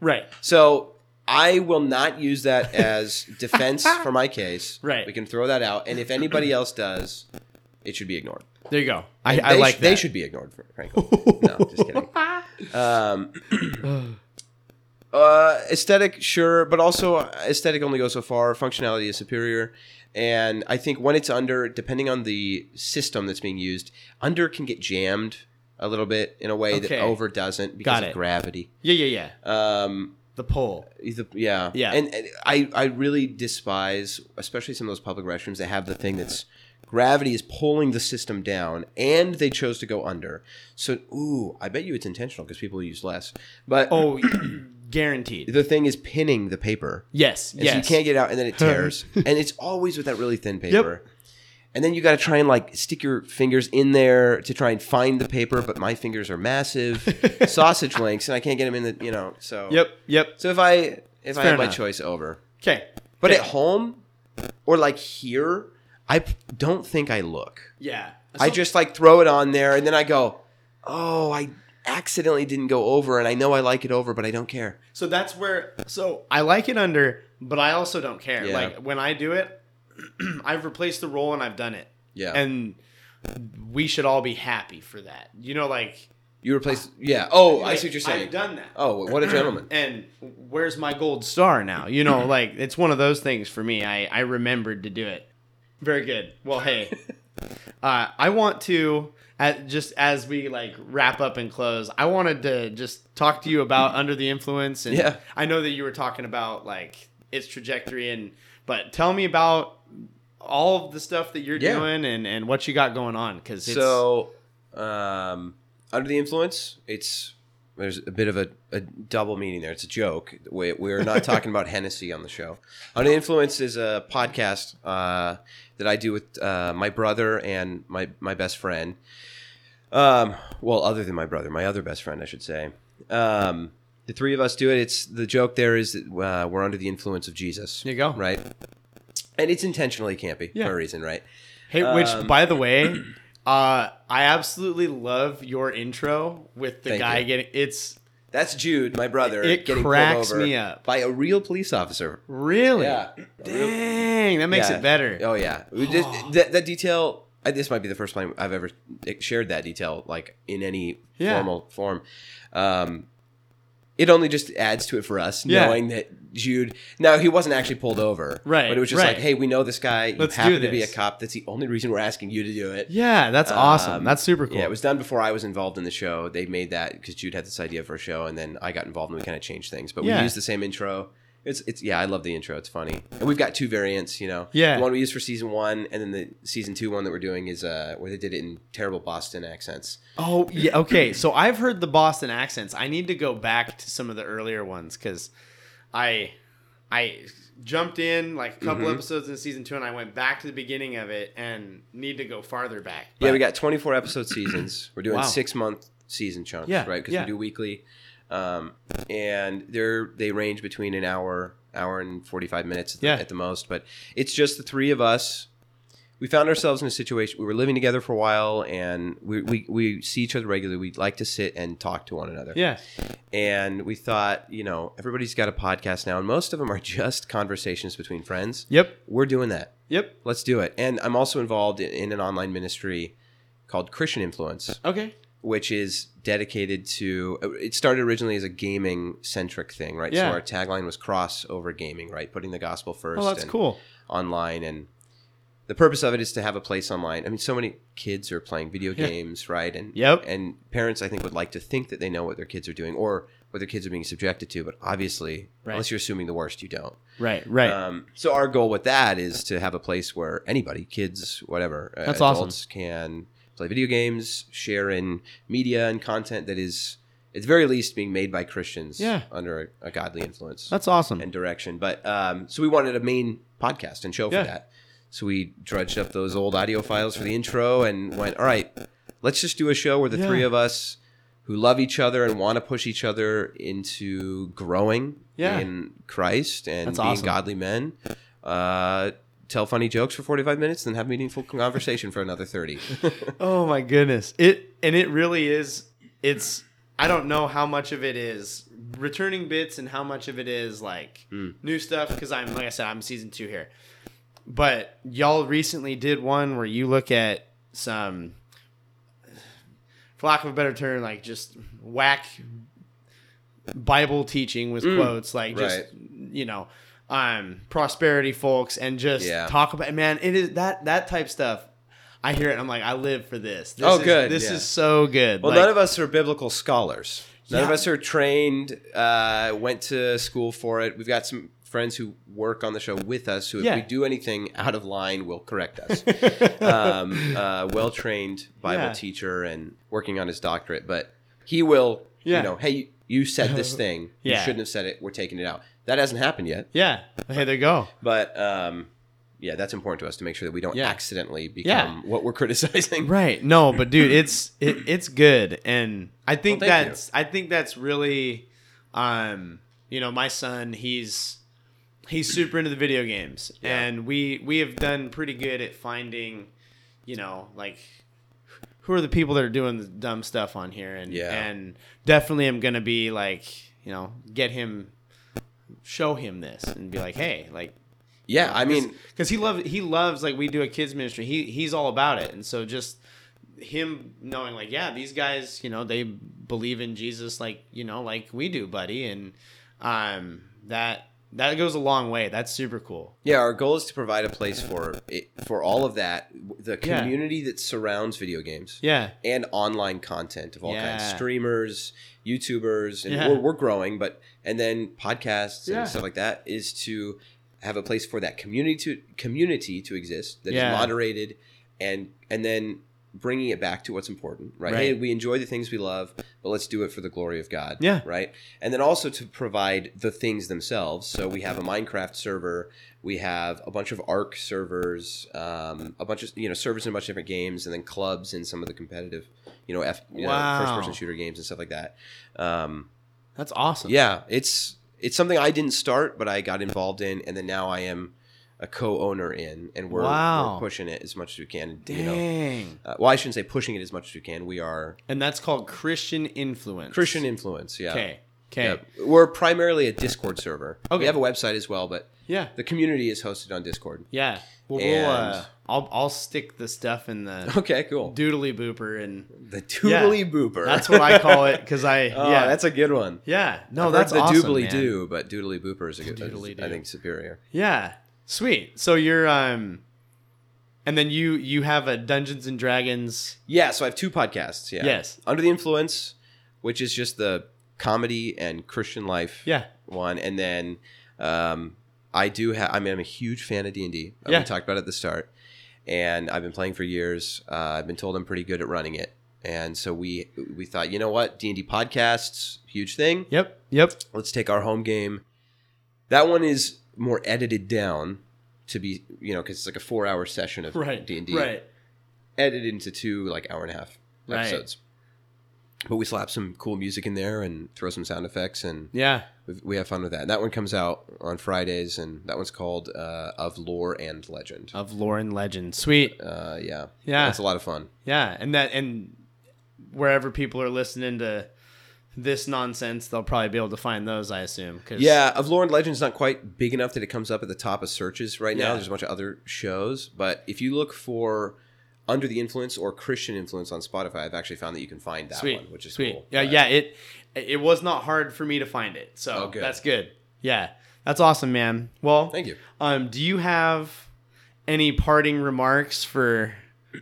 Speaker 2: right.
Speaker 1: So I will not use that as defense for my case.
Speaker 2: Right.
Speaker 1: We can throw that out, and if anybody else does, it should be ignored.
Speaker 2: There you go. I,
Speaker 1: They
Speaker 2: I
Speaker 1: sh-
Speaker 2: like
Speaker 1: They
Speaker 2: that.
Speaker 1: should be ignored, fr- frankly. no, just kidding. Um, uh, aesthetic, sure, but also uh, aesthetic only goes so far. Functionality is superior, and I think when it's under, depending on the system that's being used, under can get jammed a little bit in a way
Speaker 2: Okay.
Speaker 1: that over doesn't because
Speaker 2: Got
Speaker 1: of
Speaker 2: it.
Speaker 1: gravity.
Speaker 2: Yeah. Yeah. Yeah.
Speaker 1: Um,
Speaker 2: The poll.
Speaker 1: the- yeah,
Speaker 2: Yeah.
Speaker 1: and, and I I really despise, especially some of those public restrooms that have the thing that's gravity is pulling the system down, and they chose to go under. So, ooh, I bet you it's intentional because people use less. But
Speaker 2: Oh, guaranteed.
Speaker 1: the thing is pinning the paper.
Speaker 2: Yes.
Speaker 1: And
Speaker 2: Yes.
Speaker 1: so you can't get it out, and then it tears. and it's always with that really thin paper. And then you got to try and like stick your fingers in there to try and find the paper, but my fingers are massive sausage links, and I can't get them in the you know. So
Speaker 2: Yep. Yep.
Speaker 1: So if I if I
Speaker 2: fair
Speaker 1: had my
Speaker 2: enough.
Speaker 1: choice over,
Speaker 2: Okay.
Speaker 1: but at home or like here, I p- don't think I look.
Speaker 2: Yeah.
Speaker 1: I
Speaker 2: So-
Speaker 1: just like throw it on there, and then I go, oh, I accidentally didn't go over, and I know I like it over, but I don't care.
Speaker 2: So that's where. So I like it under, but I also don't care.
Speaker 1: Yeah.
Speaker 2: Like when I do it, I've replaced the roll and I've done it,
Speaker 1: Yeah.
Speaker 2: and we should all be happy for that. You know, like
Speaker 1: You replace, yeah. Oh, I
Speaker 2: like,
Speaker 1: see what you're saying.
Speaker 2: I've done that.
Speaker 1: Oh, what a gentleman.
Speaker 2: Um, And where's my gold star now? You know, like it's one of those things for me. I I remembered to do it. Very good. Well, hey, uh, I want to. At, just as we like wrap up and close, I wanted to just talk to you about under the influence, and
Speaker 1: Yeah.
Speaker 2: I know that you were talking about like its trajectory, and but tell me about all of the stuff that you're
Speaker 1: Yeah.
Speaker 2: doing and and what you got going on because it's
Speaker 1: So, um, under the influence, it's there's a bit of a, a double meaning there. It's a joke. We, we're not talking about Hennessy on the show. Under the influence is a podcast uh, that I do with uh, my brother and my my best friend. Um, well, other than my brother, my other best friend, I should say. Um, the three of us do it. It's the joke. There is that, uh, we're under the influence of Jesus.
Speaker 2: There you go.
Speaker 1: Right. And it's intentionally campy
Speaker 2: Yeah.
Speaker 1: for a reason, right?
Speaker 2: Hey, which
Speaker 1: Um,
Speaker 2: by the way, uh, I absolutely love your intro with the
Speaker 1: Thank
Speaker 2: guy
Speaker 1: you.
Speaker 2: getting it's
Speaker 1: That's Jude, my brother.
Speaker 2: It
Speaker 1: getting
Speaker 2: cracks
Speaker 1: pulled over
Speaker 2: me up.
Speaker 1: by a real police officer.
Speaker 2: really
Speaker 1: Yeah.
Speaker 2: dang that makes
Speaker 1: Yeah.
Speaker 2: it better.
Speaker 1: Oh yeah, We just- that, that detail. I, this might be the first time I've ever shared that detail, like in any
Speaker 2: Yeah.
Speaker 1: formal form. Um, it only just adds to it for us,
Speaker 2: Yeah.
Speaker 1: knowing that Jude. Now he wasn't actually pulled over,
Speaker 2: Right,
Speaker 1: But it was just
Speaker 2: right.
Speaker 1: like, hey, we know this guy. You
Speaker 2: Let's do
Speaker 1: happen to be a
Speaker 2: this.
Speaker 1: cop. That's the only reason we're asking you to do it.
Speaker 2: Yeah, that's awesome.
Speaker 1: Um,
Speaker 2: That's super cool.
Speaker 1: Yeah, it was done before I was involved in the show. They made that because Jude had this idea for a show, and then I got involved and we kind of changed things. But
Speaker 2: Yeah.
Speaker 1: we used the same intro. It It's it's yeah, I love the intro. It's funny, and we've got two variants. You know,
Speaker 3: Yeah.
Speaker 1: the one we used for season one, and then the season two one that we're doing is uh where they did it in terrible Boston accents.
Speaker 3: Oh yeah, okay. So I've heard the Boston accents. I need to go back to some of the earlier ones because I I
Speaker 2: Jumped in like a
Speaker 1: Mm-hmm.
Speaker 2: couple episodes in season two, and I went back to the beginning of it and need to go farther back.
Speaker 1: yeah, we got 24 episode seasons. We're doing
Speaker 3: Wow.
Speaker 1: six month season chunks,
Speaker 3: Yeah,
Speaker 1: right? Because
Speaker 3: yeah.
Speaker 1: we do weekly, um, and they're they range between an hour, hour and 45 minutes at the,
Speaker 3: Yeah.
Speaker 1: at the most. But it's just the three of us. We found ourselves in a situation. We were living together for a while, and we we, we see each other regularly. We like to sit and talk to one another.
Speaker 3: yeah
Speaker 1: And we thought, you know, everybody's got a podcast now, and most of them are just conversations between friends.
Speaker 3: yep
Speaker 1: We're doing that.
Speaker 3: yep
Speaker 1: Let's do it. And I'm also involved in, in an online ministry called Christian Influence,
Speaker 3: okay
Speaker 2: Oh,
Speaker 1: which is dedicated to it started originally as a gaming centric thing, right?
Speaker 3: Yeah.
Speaker 1: So our tagline was cross over gaming, right? Putting the gospel first
Speaker 3: oh that's
Speaker 1: and
Speaker 3: cool
Speaker 1: online and the purpose of it is to have a place online. I mean, so many kids are playing video
Speaker 3: Yeah.
Speaker 1: games, right? And
Speaker 3: Yep.
Speaker 1: and parents I think would like to think that they know what their kids are doing or what their kids are being subjected to, but obviously,
Speaker 3: Right.
Speaker 1: unless you're assuming the worst, you don't.
Speaker 3: right right
Speaker 1: Um, so our goal with that is to have a place where anybody, kids, whatever, uh,
Speaker 3: That's awesome.
Speaker 1: adults can play video games, share in media and content that is, at the very least, being made by Christians
Speaker 3: Yeah.
Speaker 1: under a, a godly influence
Speaker 3: that's awesome
Speaker 1: and direction. But um, so we wanted a main podcast and show
Speaker 3: Yeah.
Speaker 1: for that. So we drudged up those old audio files for the intro and went, all right, let's just do a show where the
Speaker 3: Yeah.
Speaker 1: three of us who love each other and want to push each other into growing
Speaker 3: Yeah.
Speaker 1: in Christ and
Speaker 3: That's
Speaker 1: being
Speaker 3: awesome.
Speaker 1: godly men. Uh, tell funny jokes for 45 minutes then have meaningful conversation for another 30
Speaker 3: oh my goodness it and it really is
Speaker 2: It's I don't know how much of it is returning bits and how much of it is like
Speaker 1: Hmm.
Speaker 2: new stuff because I'm like I said I'm season two here, but y'all recently did one where you look at some, for lack of a better term, like just whack Bible teaching with quotes, like just
Speaker 1: Hmm. right.
Speaker 2: you know, um, prosperity folks, and just
Speaker 1: Yeah.
Speaker 2: talk about man, it is that that type stuff. I hear it. and I'm like, I live for this. this
Speaker 1: Oh,
Speaker 2: is,
Speaker 1: good,
Speaker 2: This
Speaker 1: yeah.
Speaker 2: is so good.
Speaker 1: Well,
Speaker 2: Like-
Speaker 1: none of us are biblical scholars. None of us are trained, uh, went to school for it. We've got some friends who work on the show with us who, if
Speaker 3: Yeah.
Speaker 1: we do anything out of line, will correct us. um, uh, well trained Bible
Speaker 3: Yeah.
Speaker 1: teacher and working on his doctorate, but he will,
Speaker 3: Yeah.
Speaker 1: you know, hey, you said this thing. You
Speaker 3: Yeah.
Speaker 1: shouldn't have said it. We're taking it out. That hasn't happened yet.
Speaker 3: yeah hey there you go
Speaker 1: But um, yeah, that's important to us to make sure that we don't
Speaker 3: Yeah.
Speaker 1: accidentally become what we're criticizing.
Speaker 3: right no but dude it's it, it's good and
Speaker 2: I think
Speaker 1: Well, thank you.
Speaker 2: that's I think that's really um you know my son he's he's super into the video games
Speaker 1: Yeah.
Speaker 2: and we we have done pretty good at finding you know like who are the people that are doing the dumb stuff on here and
Speaker 1: Yeah.
Speaker 2: and definitely am going to be like you know get him show him this and be like hey like
Speaker 1: Yeah, I mean,
Speaker 2: because he loves he loves like we do a kids ministry. He he's all about it, and so just him knowing like yeah, these guys you know they believe in Jesus like you know like we do, buddy, and um that that goes a long way. That's super cool.
Speaker 1: Yeah, our goal is to provide a place for it, for all of that, the community that surrounds video games
Speaker 3: yeah
Speaker 1: and online content of all kinds,
Speaker 3: Yeah.
Speaker 1: streamers, YouTubers, and
Speaker 3: Yeah.
Speaker 1: we're, we're growing, but and then podcasts
Speaker 3: Yeah.
Speaker 1: and stuff like that is to have a place for that community to community to exist that is
Speaker 3: Yeah.
Speaker 1: moderated and and then bringing it back to what's important, right?
Speaker 3: Right.
Speaker 1: Hey, we enjoy the things we love, but let's do it for the glory of God,
Speaker 3: Yeah.
Speaker 1: right? And then also to provide the things themselves. So we have a Minecraft server, we have a bunch of Arc servers, um, a bunch of you know servers in a bunch of different games, and then clubs in some of the competitive, you know, F, you
Speaker 3: Wow.
Speaker 1: know first person shooter games and stuff like that. Um,
Speaker 3: that's awesome
Speaker 1: yeah, it's it's something I didn't start, but I got involved in, and then now I am a co-owner in, and we're,
Speaker 3: Wow.
Speaker 1: we're pushing it as much as we can. You know,
Speaker 3: dang
Speaker 1: uh, well, I shouldn't say pushing it as much as we can. We are
Speaker 3: and that's called christian influence
Speaker 1: Christian influence. Yeah.
Speaker 3: okay okay
Speaker 1: Yeah. We're primarily a Discord server. Okay. We have a website as well, but
Speaker 3: yeah
Speaker 1: the community is hosted on Discord.
Speaker 3: Yeah. Well,
Speaker 1: And-
Speaker 3: we'll, uh, I'll I'll stick the stuff in the
Speaker 1: Okay, cool.
Speaker 3: doodly booper, and
Speaker 1: The doobly booper.
Speaker 3: that's what I call it because I
Speaker 1: oh,
Speaker 3: yeah
Speaker 1: that's a good one.
Speaker 3: yeah no
Speaker 1: I've heard
Speaker 3: that's
Speaker 1: the
Speaker 3: awesome,
Speaker 1: doobly
Speaker 3: man.
Speaker 1: doo, but doodly booper is a good.
Speaker 3: Doodly-doo.
Speaker 1: I think superior.
Speaker 3: yeah sweet so you're um and then you you have a Dungeons and Dragons
Speaker 1: Yeah, so I have two podcasts. Yeah.
Speaker 3: Yes.
Speaker 1: Under the Influence, which is just the comedy and Christian life
Speaker 3: yeah
Speaker 1: one, and then Um, I do have. I mean, I'm a huge fan of D and D. Uh,
Speaker 2: Yeah.
Speaker 1: We talked about it at the start, and I've been playing for years. Uh, I've been told I'm pretty good at running it, and so we we thought, you know what, D and D podcasts, huge thing.
Speaker 2: Yep. Yep.
Speaker 1: Let's take our home game. That one is more edited down to be, you know, because it's like a four hour session of
Speaker 2: Right.
Speaker 1: D and D
Speaker 2: Right.
Speaker 1: edited into two like hour and a half
Speaker 2: Right.
Speaker 1: episodes. But we slap some cool music in there and throw some sound effects, and
Speaker 2: Yeah.
Speaker 1: we- we have fun with that. And that one comes out on Fridays, and that one's called uh, "Of Lore and Legend."
Speaker 2: Of lore and legend. Sweet.
Speaker 1: Uh, yeah,
Speaker 2: Yeah.
Speaker 1: that's a lot of fun.
Speaker 2: Yeah. And that and wherever people are listening to this nonsense, they'll probably be able to find those, I assume. 'cause-
Speaker 1: Yeah, "Of Lore and Legend's not quite big enough that it comes up at the top of searches right now.
Speaker 2: Yeah.
Speaker 1: There's a bunch of other shows, but if you look for "Under the Influence" or "Christian Influence" on Spotify, I've actually found that you can find that
Speaker 2: Sweet.
Speaker 1: one, which is
Speaker 2: sweet.
Speaker 1: cool.
Speaker 2: Yeah.
Speaker 1: But-
Speaker 2: Yeah. It it was not hard for me to find it. So
Speaker 1: Oh, good.
Speaker 2: that's good. Yeah. That's awesome, man. Well,
Speaker 1: Thank you.
Speaker 2: Um, do you have any parting remarks for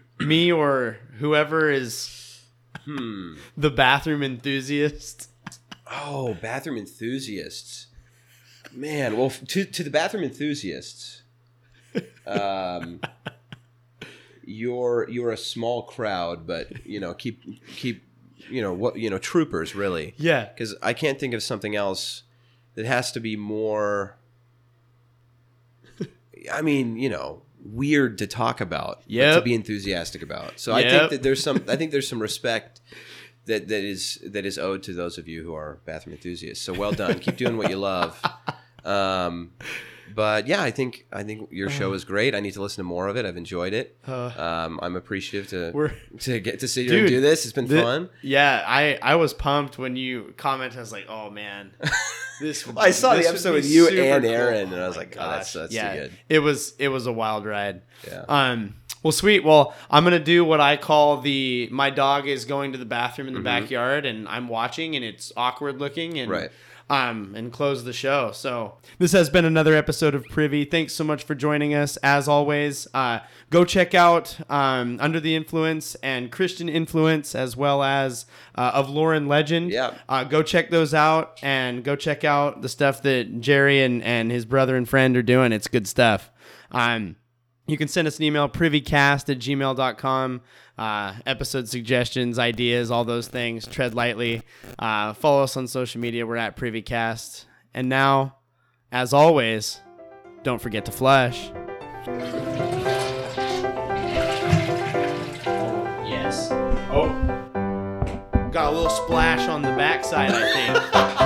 Speaker 2: me or whoever is
Speaker 1: Hmm.
Speaker 2: the bathroom enthusiast?
Speaker 1: Oh, bathroom enthusiasts. Man, well, f- to, to the bathroom enthusiasts, um, you're you're a small crowd, but you know, keep keep you know what you know, troopers really,
Speaker 2: Yeah.
Speaker 1: because I can't think of something else that has to be more. I mean, you know, weird to talk about, but to
Speaker 2: Yep.
Speaker 1: be enthusiastic about. So I
Speaker 2: Yep.
Speaker 1: think that there's some. I think there's some respect that that is that is owed to those of you who are bathroom enthusiasts. So well done. Keep doing what you love. Um, but yeah, I think I think your
Speaker 2: Uh.
Speaker 1: show is great. I need to listen to more of it. I've enjoyed it. Um, I'm appreciative to
Speaker 2: We're-
Speaker 1: to get to sit here and
Speaker 2: Dude,
Speaker 1: do this. It's been
Speaker 2: Th-
Speaker 1: fun.
Speaker 2: Yeah, I I was pumped when you commented. I was like, oh man, this. would-
Speaker 1: I saw the
Speaker 2: this would
Speaker 1: episode
Speaker 2: be
Speaker 1: with you
Speaker 2: super
Speaker 1: and
Speaker 2: cool.
Speaker 1: Aaron, and I was
Speaker 2: my
Speaker 1: like, oh, that's-
Speaker 2: gosh.
Speaker 1: that's too
Speaker 2: yeah,
Speaker 1: good.
Speaker 2: It was it was a wild ride.
Speaker 1: Yeah.
Speaker 2: Um. Well, sweet. Well, I'm gonna do what I call the my dog is going to the bathroom in
Speaker 1: Mm-hmm.
Speaker 2: the backyard, and I'm watching, and it's awkward looking, and
Speaker 1: Right.
Speaker 2: um, and close the show. So this has been another episode of Privy. Thanks so much for joining us. As always, uh, go check out um, Under the Influence and Christian Influence, as well as uh, of Lauren Legend.
Speaker 1: Yeah.
Speaker 2: Uh, go check those out, and go check out the stuff that Jerry and and his brother and friend are doing. It's good stuff. Um, you can send us an email, privycast at gmail.com. Uh, episode suggestions, ideas, all those things. Tread lightly. Uh, follow us on social media. We're at privycast. And now, as always, don't forget to flush. Yes. Oh. Got a little splash on the backside, I think.